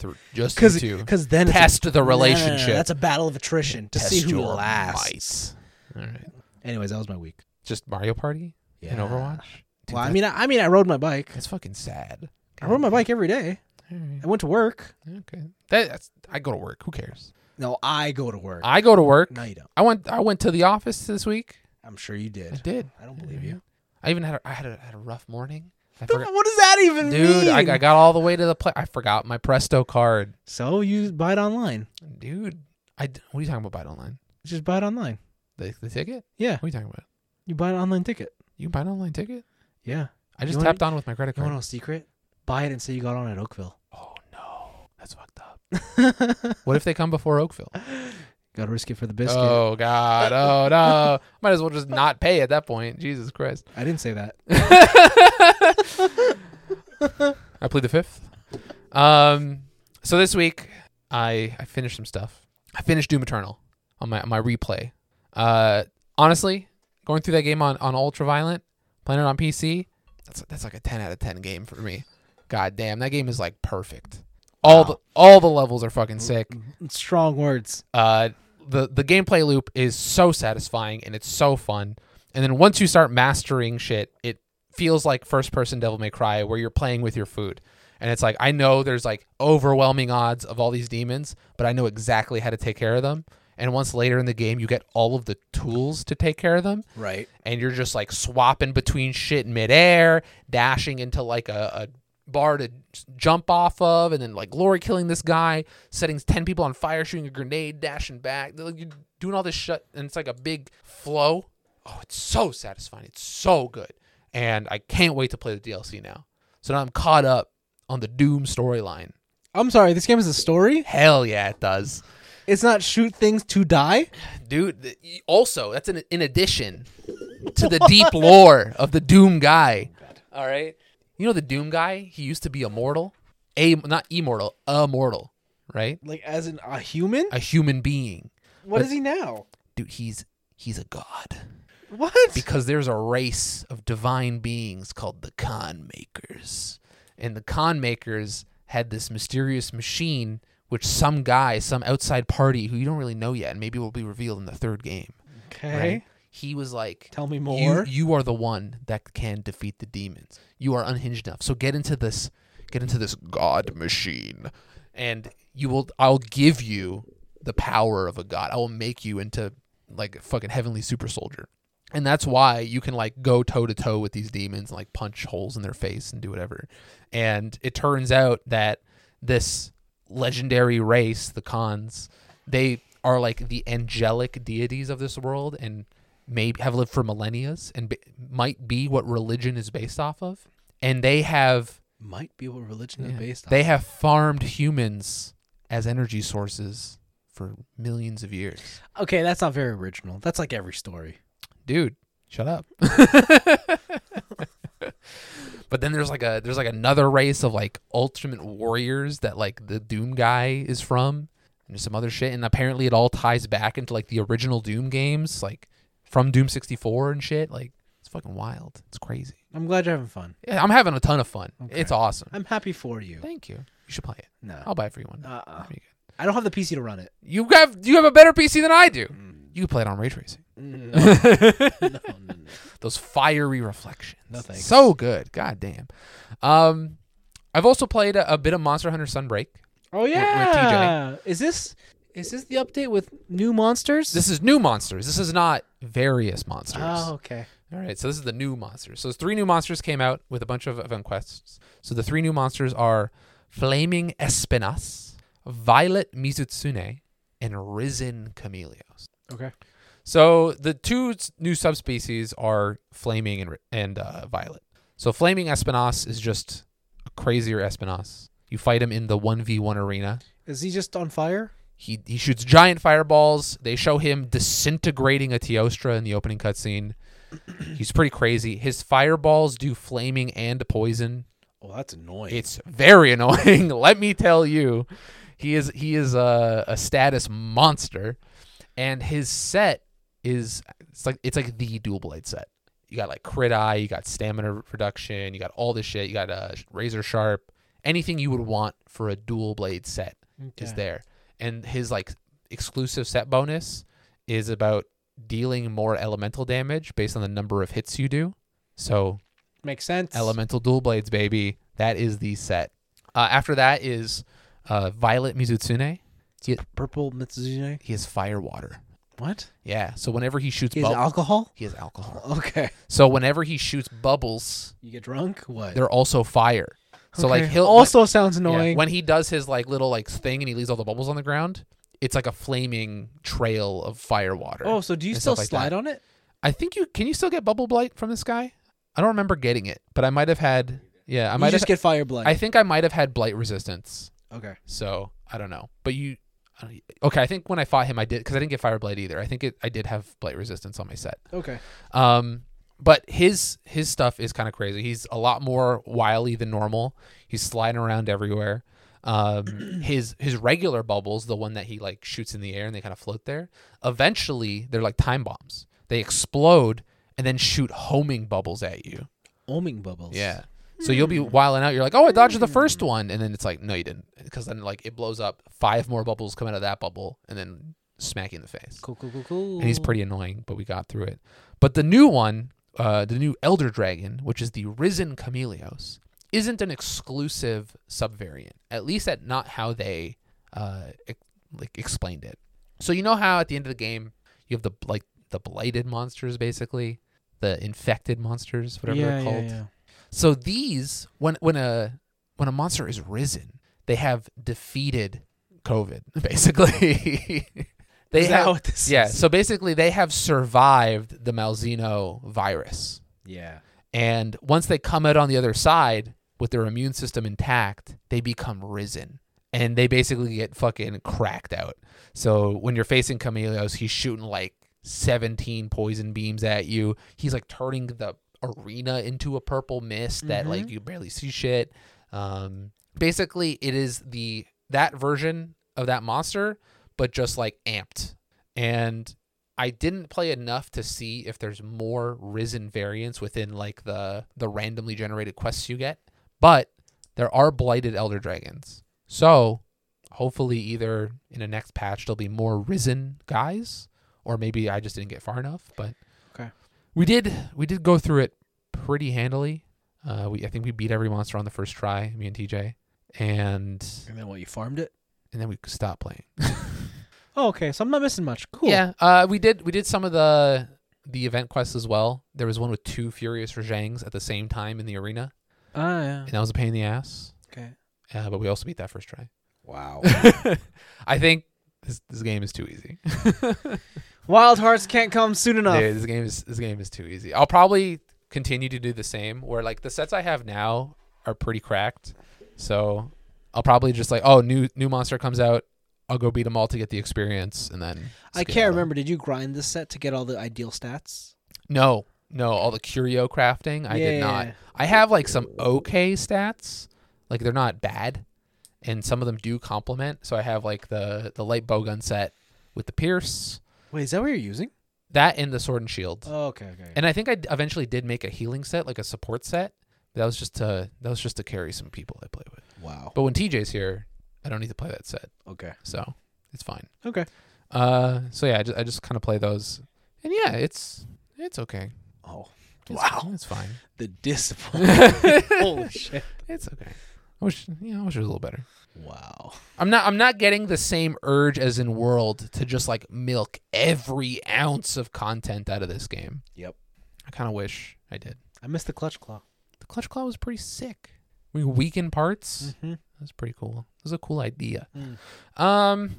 Through just you
Because
two.
then it's a-
Test the
No, no, no, no,
relationship.
that's a battle of attrition to
Test
see who
your
lasts.
might. All right.
Anyways, that was my week.
Just Mario Party
Yeah.
and Overwatch? Dude,
Well, I
that-
mean, I, I mean, I rode my bike.
that's fucking sad.
I rode my bike every day.
All right.
I went to work.
Okay. That, that's, I go to work. Who cares?
No, I go to work.
I go to work.
no, you don't.
I went I went to the office this week.
I'm sure you did.
I did.
I don't believe you.
I even had a, I had a, had a rough morning. I forgot,
What does that even
dude,
mean?
I, I got all the way to the play. I forgot my Presto card.
So you buy it online.
Dude, I d- what are you talking about? Buy it online?
Just buy it online.
The, the ticket?
Yeah,
What are you talking about?
you buy an online ticket.
You can buy an online ticket?
Yeah.
I just
wanna-
tapped on with my credit
You
card.
want to know a secret? Buy it and say you got on at
*laughs*
Oakville.
Oh no, that's fucked up. what if they come
*laughs*
before Oakville?
got to risk it for the biscuit.
Oh god, oh no. Might as well just not pay at that point. Jesus Christ.
I didn't say that.
I plead the fifth. Um, so this week I I finished some stuff. I finished Doom Eternal on my on my replay. Uh, honestly, going through that game on on Ultraviolent, playing it on PC, that's that's like a ten out of ten game for me. God damn, that game is like perfect. All the all the levels are fucking sick.
Strong words.
Uh, the the gameplay loop is so satisfying and it's so fun. And then once you start mastering shit, it feels like first person Devil May Cry where you're playing with your food. And it's like I know there's like overwhelming odds of all these demons, but I know exactly how to take care of them. And once later in the game, you get all of the tools to take care of them
Right.
and you're just like swapping between shit in midair, dashing into like a, a bar to s- jump off of, and then like glory killing this guy, setting 10 people on fire, shooting a grenade, dashing back. They're, Like, you're doing all this shit, and it's like a big flow. Oh, it's so satisfying. It's so good. And I can't wait to play the DLC now. So now I'm caught up on the Doom storyline.
I'm sorry. This game is a story.
Hell yeah, it does.
It's not shoot things to die.
Dude, th- y- also, that's in, in addition to the deep lore of the Doom guy. All right. You know the Doom guy? He used to be immortal. A not immortal, immortal, right?
Like as in a human.
A human being.
What is he now?
Dude, he's he's a god.
What?
Because there's a race of divine beings called the Con Makers. And the Con Makers had this mysterious machine which some guy, some outside party who you don't really know yet, and maybe will be revealed in the third game.
okay.
right? He was like,
Tell me
you-
more.
You, are the one that can defeat the demons. You are unhinged enough. So get into this get into this god machine and you will I'll give you the power of a god. I will make you into like a fucking heavenly super soldier. And that's why you can like go toe to toe with these demons and like punch holes in their face and do whatever. And it turns out that this legendary race, the Khans, they are like the angelic deities of this world and may have lived for millennia and be, might be what religion is based off of. And they have
Might be what religion
yeah,
is based on.
they have farmed humans as energy sources for millions of years.
okay, that's not very original. That's like every story.
Dude, shut up. *laughs* but then there's like a there's like another race of like ultimate warriors that like the Doom guy is from and there's some other shit and apparently it all ties back into like the original Doom games like from Doom 64 and shit like it's fucking wild. It's crazy.
I'm glad you're having fun.
Yeah, I'm having a ton of fun. It's awesome.
I'm happy for you.
Thank you. You should play it.
No.
I'll buy it for you one. day.
Uh-uh.
That'd be good.
I don't have the PC to run it. *laughs*
You have you have a better PC than I do.
Mm.
You can play it on ray
*laughs*
tracing.
No, no, no, no.
Those fiery reflections.
No thanks.
So good. God damn. Um, I've also played a, a bit of Monster Hunter Sunbreak.
Oh yeah. Is this is this the update with new monsters?
This is new monsters. This is not various monsters.
Oh, okay.
All right, so this is the new monsters. So three new monsters came out with a bunch of event quests. So the three new monsters are Flaming Espinas, Violet Mizutsune, and Risen Camellios.
Okay.
So the two s- new subspecies are Flaming and, Ri- and uh, Violet. So Flaming Espinas is just a crazier Espinas. You fight him in the 1v1 arena.
Is he just on fire?
He, he shoots giant fireballs. They show him disintegrating a Teostra in the opening cutscene. *clears throat* He's pretty crazy. His fireballs do flaming and poison.
Oh, that's annoying.
It's very *laughs* annoying. Let me tell you, he is he is a, a status monster, and his set is it's like it's like the dual blade set. You got like crit eye, you got stamina reduction, you got all this shit. You got uh, razor sharp, anything you would want for a dual blade set is
Okay.
there. And his like exclusive set bonus is about dealing more elemental damage based on the number of hits you do. So
makes sense.
Elemental Dual Blades, baby. That is the set. Uh, after that is uh, Violet Mizutsune.
Purple Mitsuzune.
He has fire water.
What?
Yeah. So whenever he shoots
He has Oh.
bubbles,
alcohol.
he has alcohol.
Okay.
So whenever he shoots bubbles,
You get drunk. What?
they're also fire. So like
Okay.
he'll
also sounds
when, yeah,
annoying.
when he does his like little like thing and he leaves all the bubbles on the ground, it's like a flaming trail of fire water.
oh, so do you
and
still
stuff like
slide on it?
I think you can you still get bubble blight from this guy? I don't remember getting it, but I might have had yeah, I
you
might have
just get fire blight.
I think I might have had blight resistance.
okay.
So I don't know, but you. I don't- Okay, I think when I fought him, I did because I didn't get fire blade either. I think it, I did have blight resistance on my set.
Okay.
Um, but his his stuff is kind of crazy. He's a lot more wily than normal. He's sliding around everywhere. Um, his his regular bubbles, the one that he like shoots in the air and they kind of float there. Eventually, they're like time bombs. They explode and then shoot homing bubbles at you.
Oming bubbles.
Yeah. So you'll be wiling out. You're like, oh, I dodged the first one, and then it's like, no, you didn't, because then like it blows up. Five more bubbles come out of that bubble, and then smack you in the face.
Cool, cool, cool, cool.
And he's pretty annoying, but we got through it. But the new one, uh, the new Elder Dragon, which is the Risen Camellios, isn't an exclusive subvariant. At least at not how they uh, ex- like explained it. So you know how at the end of the game you have the like the blighted monsters, basically the infected monsters, whatever
yeah,
they're called.
Yeah, yeah.
So these, when when a when a monster is risen, they have defeated COVID, *laughs* basically. *laughs* they
Is that
have
what this
yeah.
is?
So basically, they have survived the Malzino virus,
Yeah.
and once they come out on the other side with their immune system intact, they become risen. And they basically get fucking cracked out. So when you're facing Camellios, he's shooting like 17 poison beams at you. He's like turning the arena into a purple mist that like you barely see shit. Um, basically, it is the that version of that monster, but just like amped. And I didn't play enough to see if there's more risen variants within like the the randomly generated quests you get, but there are blighted elder dragons. So hopefully either in the next patch there'll be more risen guys or maybe I just didn't get far enough, but
Okay.
We did we did go through it pretty handily. Uh, we I think we beat every monster on the first try, me and TJ, and
And then what? You farmed it?
and then we stopped playing.
Oh, okay. So I'm not missing much. Cool.
Yeah, uh, we did we did some of the the event quests as well. There was one with two furious Rajangs at the same time in the arena,
Ah, yeah.
and that was a pain in the ass.
Okay.
Uh, but we also beat that first
*laughs*
try.
Wow.
I think this, this game is too easy.
Wild hearts can't come soon enough.
Dude, this game is this game is too easy. I'll probably continue to do the same. Where like the sets I have now are pretty cracked, so I'll probably just like oh new new monster comes out. I'll go beat them all to get the experience, and then
I
skip
can't
them.
remember. Did you grind this set to get all the ideal stats?
No, no, all the curio crafting. I did not.
Yeah.
I have like some okay stats, like they're not bad, and some of them do complement. So I have like the the light bowgun set with the pierce,
Wait, is that what you're using?
that and the sword and shield.
Oh, okay, okay.
and I think I d- eventually did make a healing set, like a support set. But that was just to that was just to carry some people I play with.
wow.
But when TJ's here, I don't need to play that set,
Okay.
so it's fine.
Okay.
Uh, so yeah, I just, I just kind of play those, and yeah, it's it's okay.
Oh,
It's-
Wow.
it's fine.
the
*laughs*
discipline. Holy shit.
It's okay. I wish you know, I wish it was a little better.
Wow.
I'm not I'm not getting the same urge as in World to just like milk every ounce of content out of this game.
Yep.
I kind of wish I did.
I missed the clutch claw.
The Clutch Claw was pretty sick. We weaken parts.
Mm-hmm.
That was pretty cool. It was a cool idea.
Mm.
Um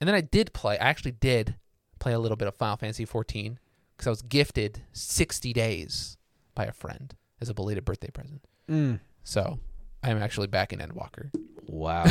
and then I did play. I actually did play a little bit of Final Fantasy 14 cuz I was gifted 60 days by a friend as a belated birthday present.
Mm.
So, I am actually back in Endwalker. *laughs*
Wow.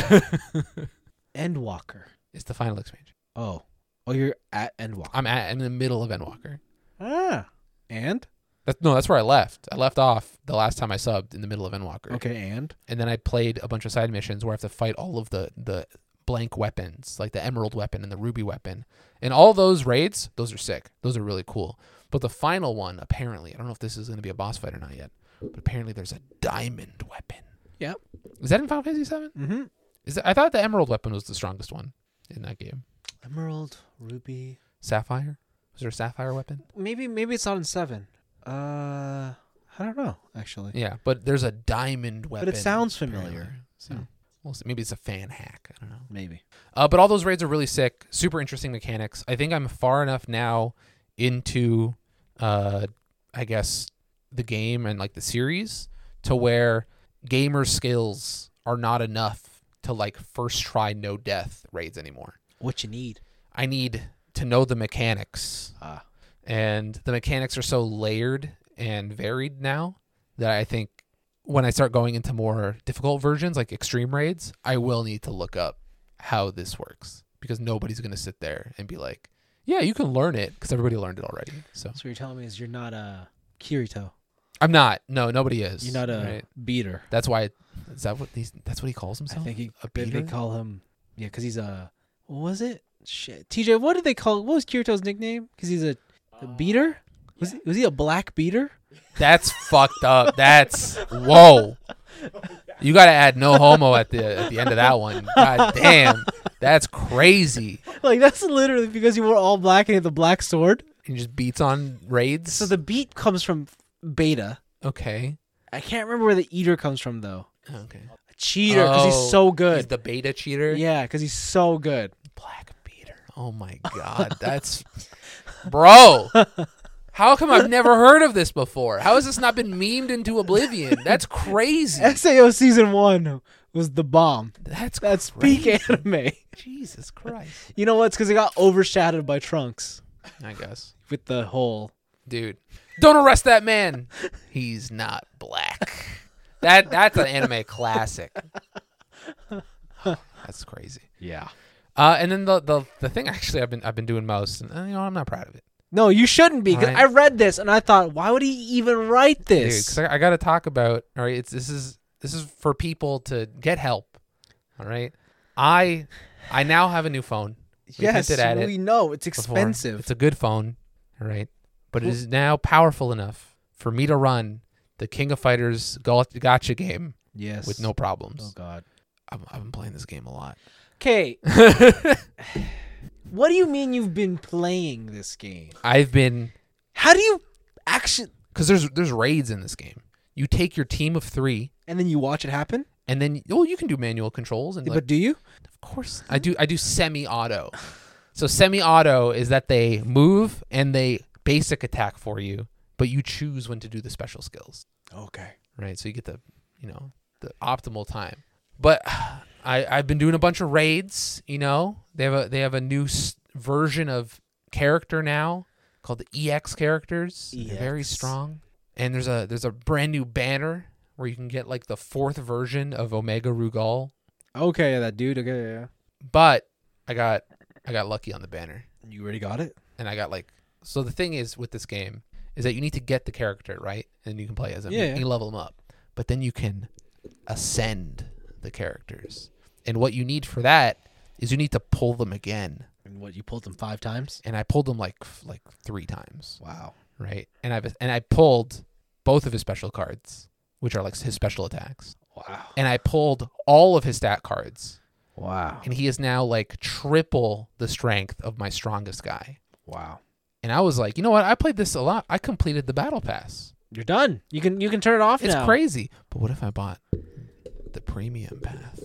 Endwalker.
It's the final expansion.
Oh. Oh, you're at Endwalker.
I'm at, I'm in the middle of Endwalker.
Ah. And?
That, no, that's where I left. I left off the last time I subbed in the middle of Endwalker.
Okay, and
And then I played a bunch of side missions where I have to fight all of the the blank weapons, like the emerald weapon and the ruby weapon. And all those raids, those are sick. Those are really cool. But the final one, apparently, I don't know if this is going to be a boss fight or not yet, but apparently there's a diamond weapon.
yeah.
Is that in Final Fantasy VII?
Mm-hmm.
Is that, I thought the emerald weapon was the strongest one in that game.
Emerald, ruby.
Sapphire? Was there a sapphire weapon?
Maybe maybe it's not in seven. Uh, I don't know actually.
Yeah, but there's a diamond weapon.
sounds familiar.
apparently. So
Hmm.
we'll see. maybe it's a fan hack. I don't know.
Maybe.
Uh, but all those raids are really sick. Super interesting mechanics. I think I'm far enough now into, uh, I guess, the game and like the series to where gamer skills are not enough to like first try no death raids anymore.
What you need?
I need to know the mechanics
Ah.
and the mechanics are so layered and varied now that I think when I start going into more difficult versions like extreme raids, I will need to look up how this works because nobody's going to sit there and be like, "Yeah, you can learn it" because everybody learned it already.
So
So
what you're telling me is you're not a Kirito.
I'm not. No, nobody is.
You're not a
right?
beater.
That's why. Is that what these? That's what he calls
I
himself.
think he,
a
they-
beater?
they call him. Yeah, because he's a. What was it? Shit. TJ, what did they call? What was Kirito's nickname? Because he's a, a beater.
Uh,
Was he, was he a black
*laughs*
beater?
That's fucked up. That's *laughs* whoa. You gotta add no homo at the at the end of that one. God damn, that's crazy.
*laughs* Like that's literally because he wore all black and he had the black sword.
And just beats on raids.
So the beat comes from Beta.
okay,
I can't remember where the eater comes from though.
Oh, okay.
A cheater because
Oh,
he's so
He's
good.
the beta cheater.
yeah, because he's so *laughs* good.
Black beater. Oh my god, that's *laughs* bro. How come I've never heard of this before? How has this not been memed into oblivion? That's crazy.
Sao season one was the bomb.
That's
That's *laughs* peak
crazy.
anime.
Jesus Christ.
You know what? It's because it got overshadowed by Trunks
I guess.
with the whole.
dude. Don't arrest that man. He's not black. That that's an anime classic.
*laughs*
That's crazy.
Yeah.
Uh, and then the, the the thing actually I've been I've been doing most, and uh, you know I'm not proud of it,
No, you shouldn't be. 'cause
Right.
I read this and I thought, why would he even write
dude.
this?
'cause I, I got to talk about. All right, it's this is this is for people to get help. All right, I I now have a new phone. We
yes,
hinted at it.
we know it's
before.
expensive.
It's a good phone, all right? But it is now powerful enough for me to run the King of Fighters go- gotcha game
yes.
with no
Oh
problems.
God.
I've, I've been playing this game a
*laughs*
lot.
Okay. what do you mean you've been playing this game?
I've been
How do you action?
because there's there's raids in this game. You take your team of three,
And then you watch it happen.
and then well, you can do manual controls, and like,
but do you?
of course I do. I do semi-auto. So semi-auto is that they move and they basic attack for you, but you choose when to do the special skills.
Okay.
right? So you get the, you know, the optimal time. But *sighs* I I've been doing a bunch of raids. You know, they have a they have a new s- version of character now called the EX characters. They're very
EX.
strong. And there's a there's a brand new banner where you can get like the fourth version of Omega Rugal.
Okay, yeah, that dude. Okay, yeah, yeah.
But I got I got lucky on the banner,
You already got it.
and I got like so the thing is with this game is that you need to get the character right, and you can play as them. You-
Yeah.
you level them up, but then you can ascend the characters. And what you need for that is you need to pull them again.
And what you pulled them five times?
And I pulled them like f- like three times,
Wow.
right? And I and I pulled both of his special cards, which are like his special attacks.
Wow.
And I pulled all of his stat cards,
Wow.
and he is now like triple the strength of my strongest guy.
Wow.
And I was like, you know what? I played this a lot. I completed the battle pass.
You're done. You can you can turn it off
It's
now. *gasps*
crazy. But what if I bought the premium path?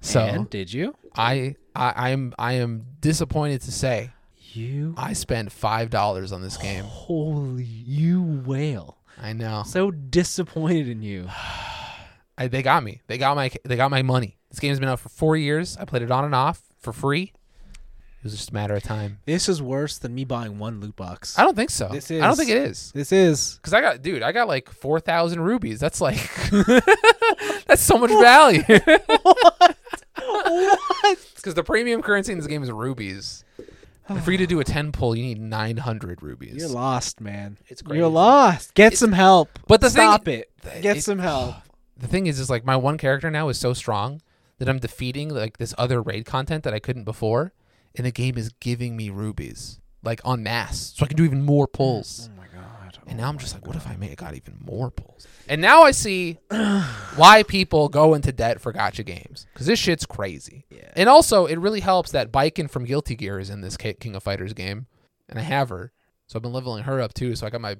So
and did you?
I, I I'm I am disappointed to say
You
I spent five dollars on
*sighs*
this game.
holy you whale.
I know.
So disappointed in *sighs* you.
I, they got me. They got my they got my money. This game's been out for four years. I played it on and off for free. It was just a matter of time.
This is worse than me buying one loot box.
I don't think so.
This
I don't
is-
think it is.
This is
Cause I got, dude, I got like four thousand rubies. That's like, *laughs* that's so much value.
*laughs* what?
*laughs* Because the premium currency in this game is rubies. And for you to do a 10 pull, you need 900 rubies.
You're lost, man.
It's
You're
crazy.
lost. Get
It-
some help.
But the thing-
stop it.
Th-
Get
it- Oh,
some help.
The thing is, is like my one character now is so strong that I'm defeating like this other raid content that I couldn't before, and the game is giving me rubies like en masse, so I can do even more pulls.
my god.
And now I'm just like, what if I made got even more pulls? And now I *sighs* see why people go into debt for gotcha games because this shit's crazy.
Yeah.
And also, it really helps that Biken from Guilty Gear is in this Ki- King of Fighters game, and I have her, so I've been leveling her up too. So I got my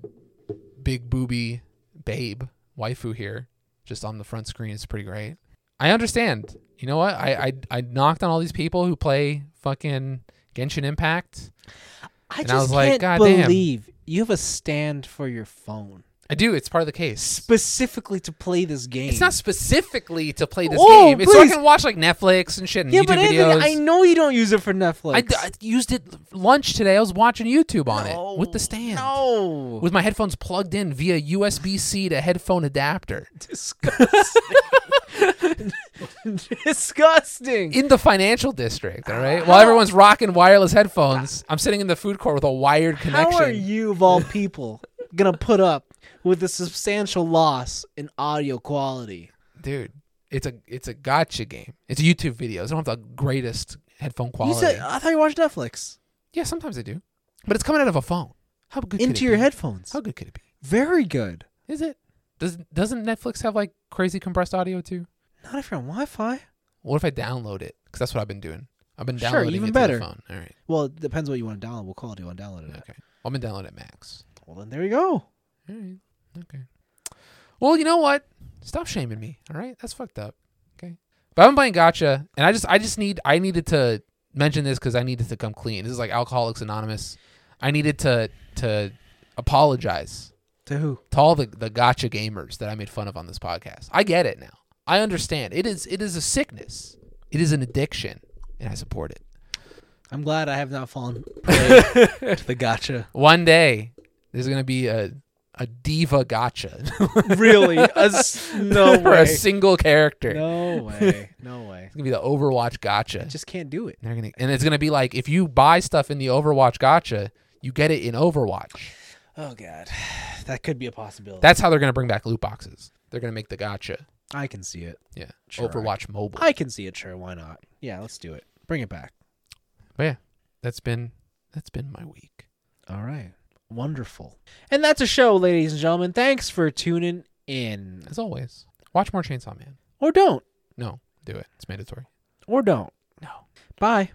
big booby babe waifu here, just on the front screen. It's pretty great. I understand. You know what? I I, I knocked on all these people who play fucking Genshin Impact.
I
and
just
I was like,
can't
"God damn."
believe you have a stand for your phone
I do. It's part of the case.
specifically to play this game.
It's not specifically to play this
Oh,
game. It's so I
please.
can watch like Netflix and shit and
yeah,
YouTube
but Anthony,
videos.
I know you don't use it for Netflix.
I d- I used it lunch today. I was watching YouTube on it with the
No,
stand.
No. *laughs*
With my headphones plugged in via USB C to headphone adapter.
disgusting. disgusting.
In the financial district, all right? While everyone's rocking wireless headphones, I'm sitting in the food court with a wired
How
connection.
are you, of all people, gonna put up with a substantial loss in audio quality?
Dude, it's a it's a gotcha game. It's YouTube videos. I don't have the greatest headphone
You
quality.
said I thought you watched Netflix
yeah, sometimes I do. But it's coming out of a phone. How good could it
into your
be?
headphones.
How good could it be?
Very good.
Is it? Does doesn't Netflix have like crazy compressed audio too?
Not if you're on Wi-Fi.
What if I download it? Because that's what I've been doing. I've been
Sure,
downloading
even
it
better.
to the phone. All right.
Well, it depends what you want to download. What quality you want to download it at.
Okay. I've been downloading it max.
Well, then there you go.
All right. Okay. Well, you know what? Stop shaming me. All right. That's fucked up. Okay. But I've been playing Gotcha, and I just I just need I needed to mention this because I needed to come clean. This is like Alcoholics Anonymous. I needed to to apologize
To who?
to all the, the gotcha gamers that I made fun of on this podcast. I get it now. I understand. It is it is a sickness. It is an addiction, and I support it.
I'm glad I have not *laughs* fallen prey to the gotcha.
One day there's gonna be a a diva gotcha *laughs*
Really? Us- *laughs* no
for a single character.
No way. No way.
It's gonna be the Overwatch gotcha.
I just can't do it.
And they're gonna, and it's gonna be like if you buy stuff in the Overwatch gotcha, you get it in Overwatch.
Oh god, that could be a possibility.
That's how they're gonna bring back loot boxes. They're gonna make the gotcha.
I can see it.
Yeah.
Sure.
Overwatch mobile.
I can see it. Sure, why not? Yeah, let's do it. Bring it back.
but yeah, that's been that's been my week.
All right. Wonderful. And that's a show, ladies and gentlemen. Thanks for tuning in.
As always, watch more Chainsaw Man.
Or don't.
No, do it. It's mandatory.
Or don't.
No.
Bye.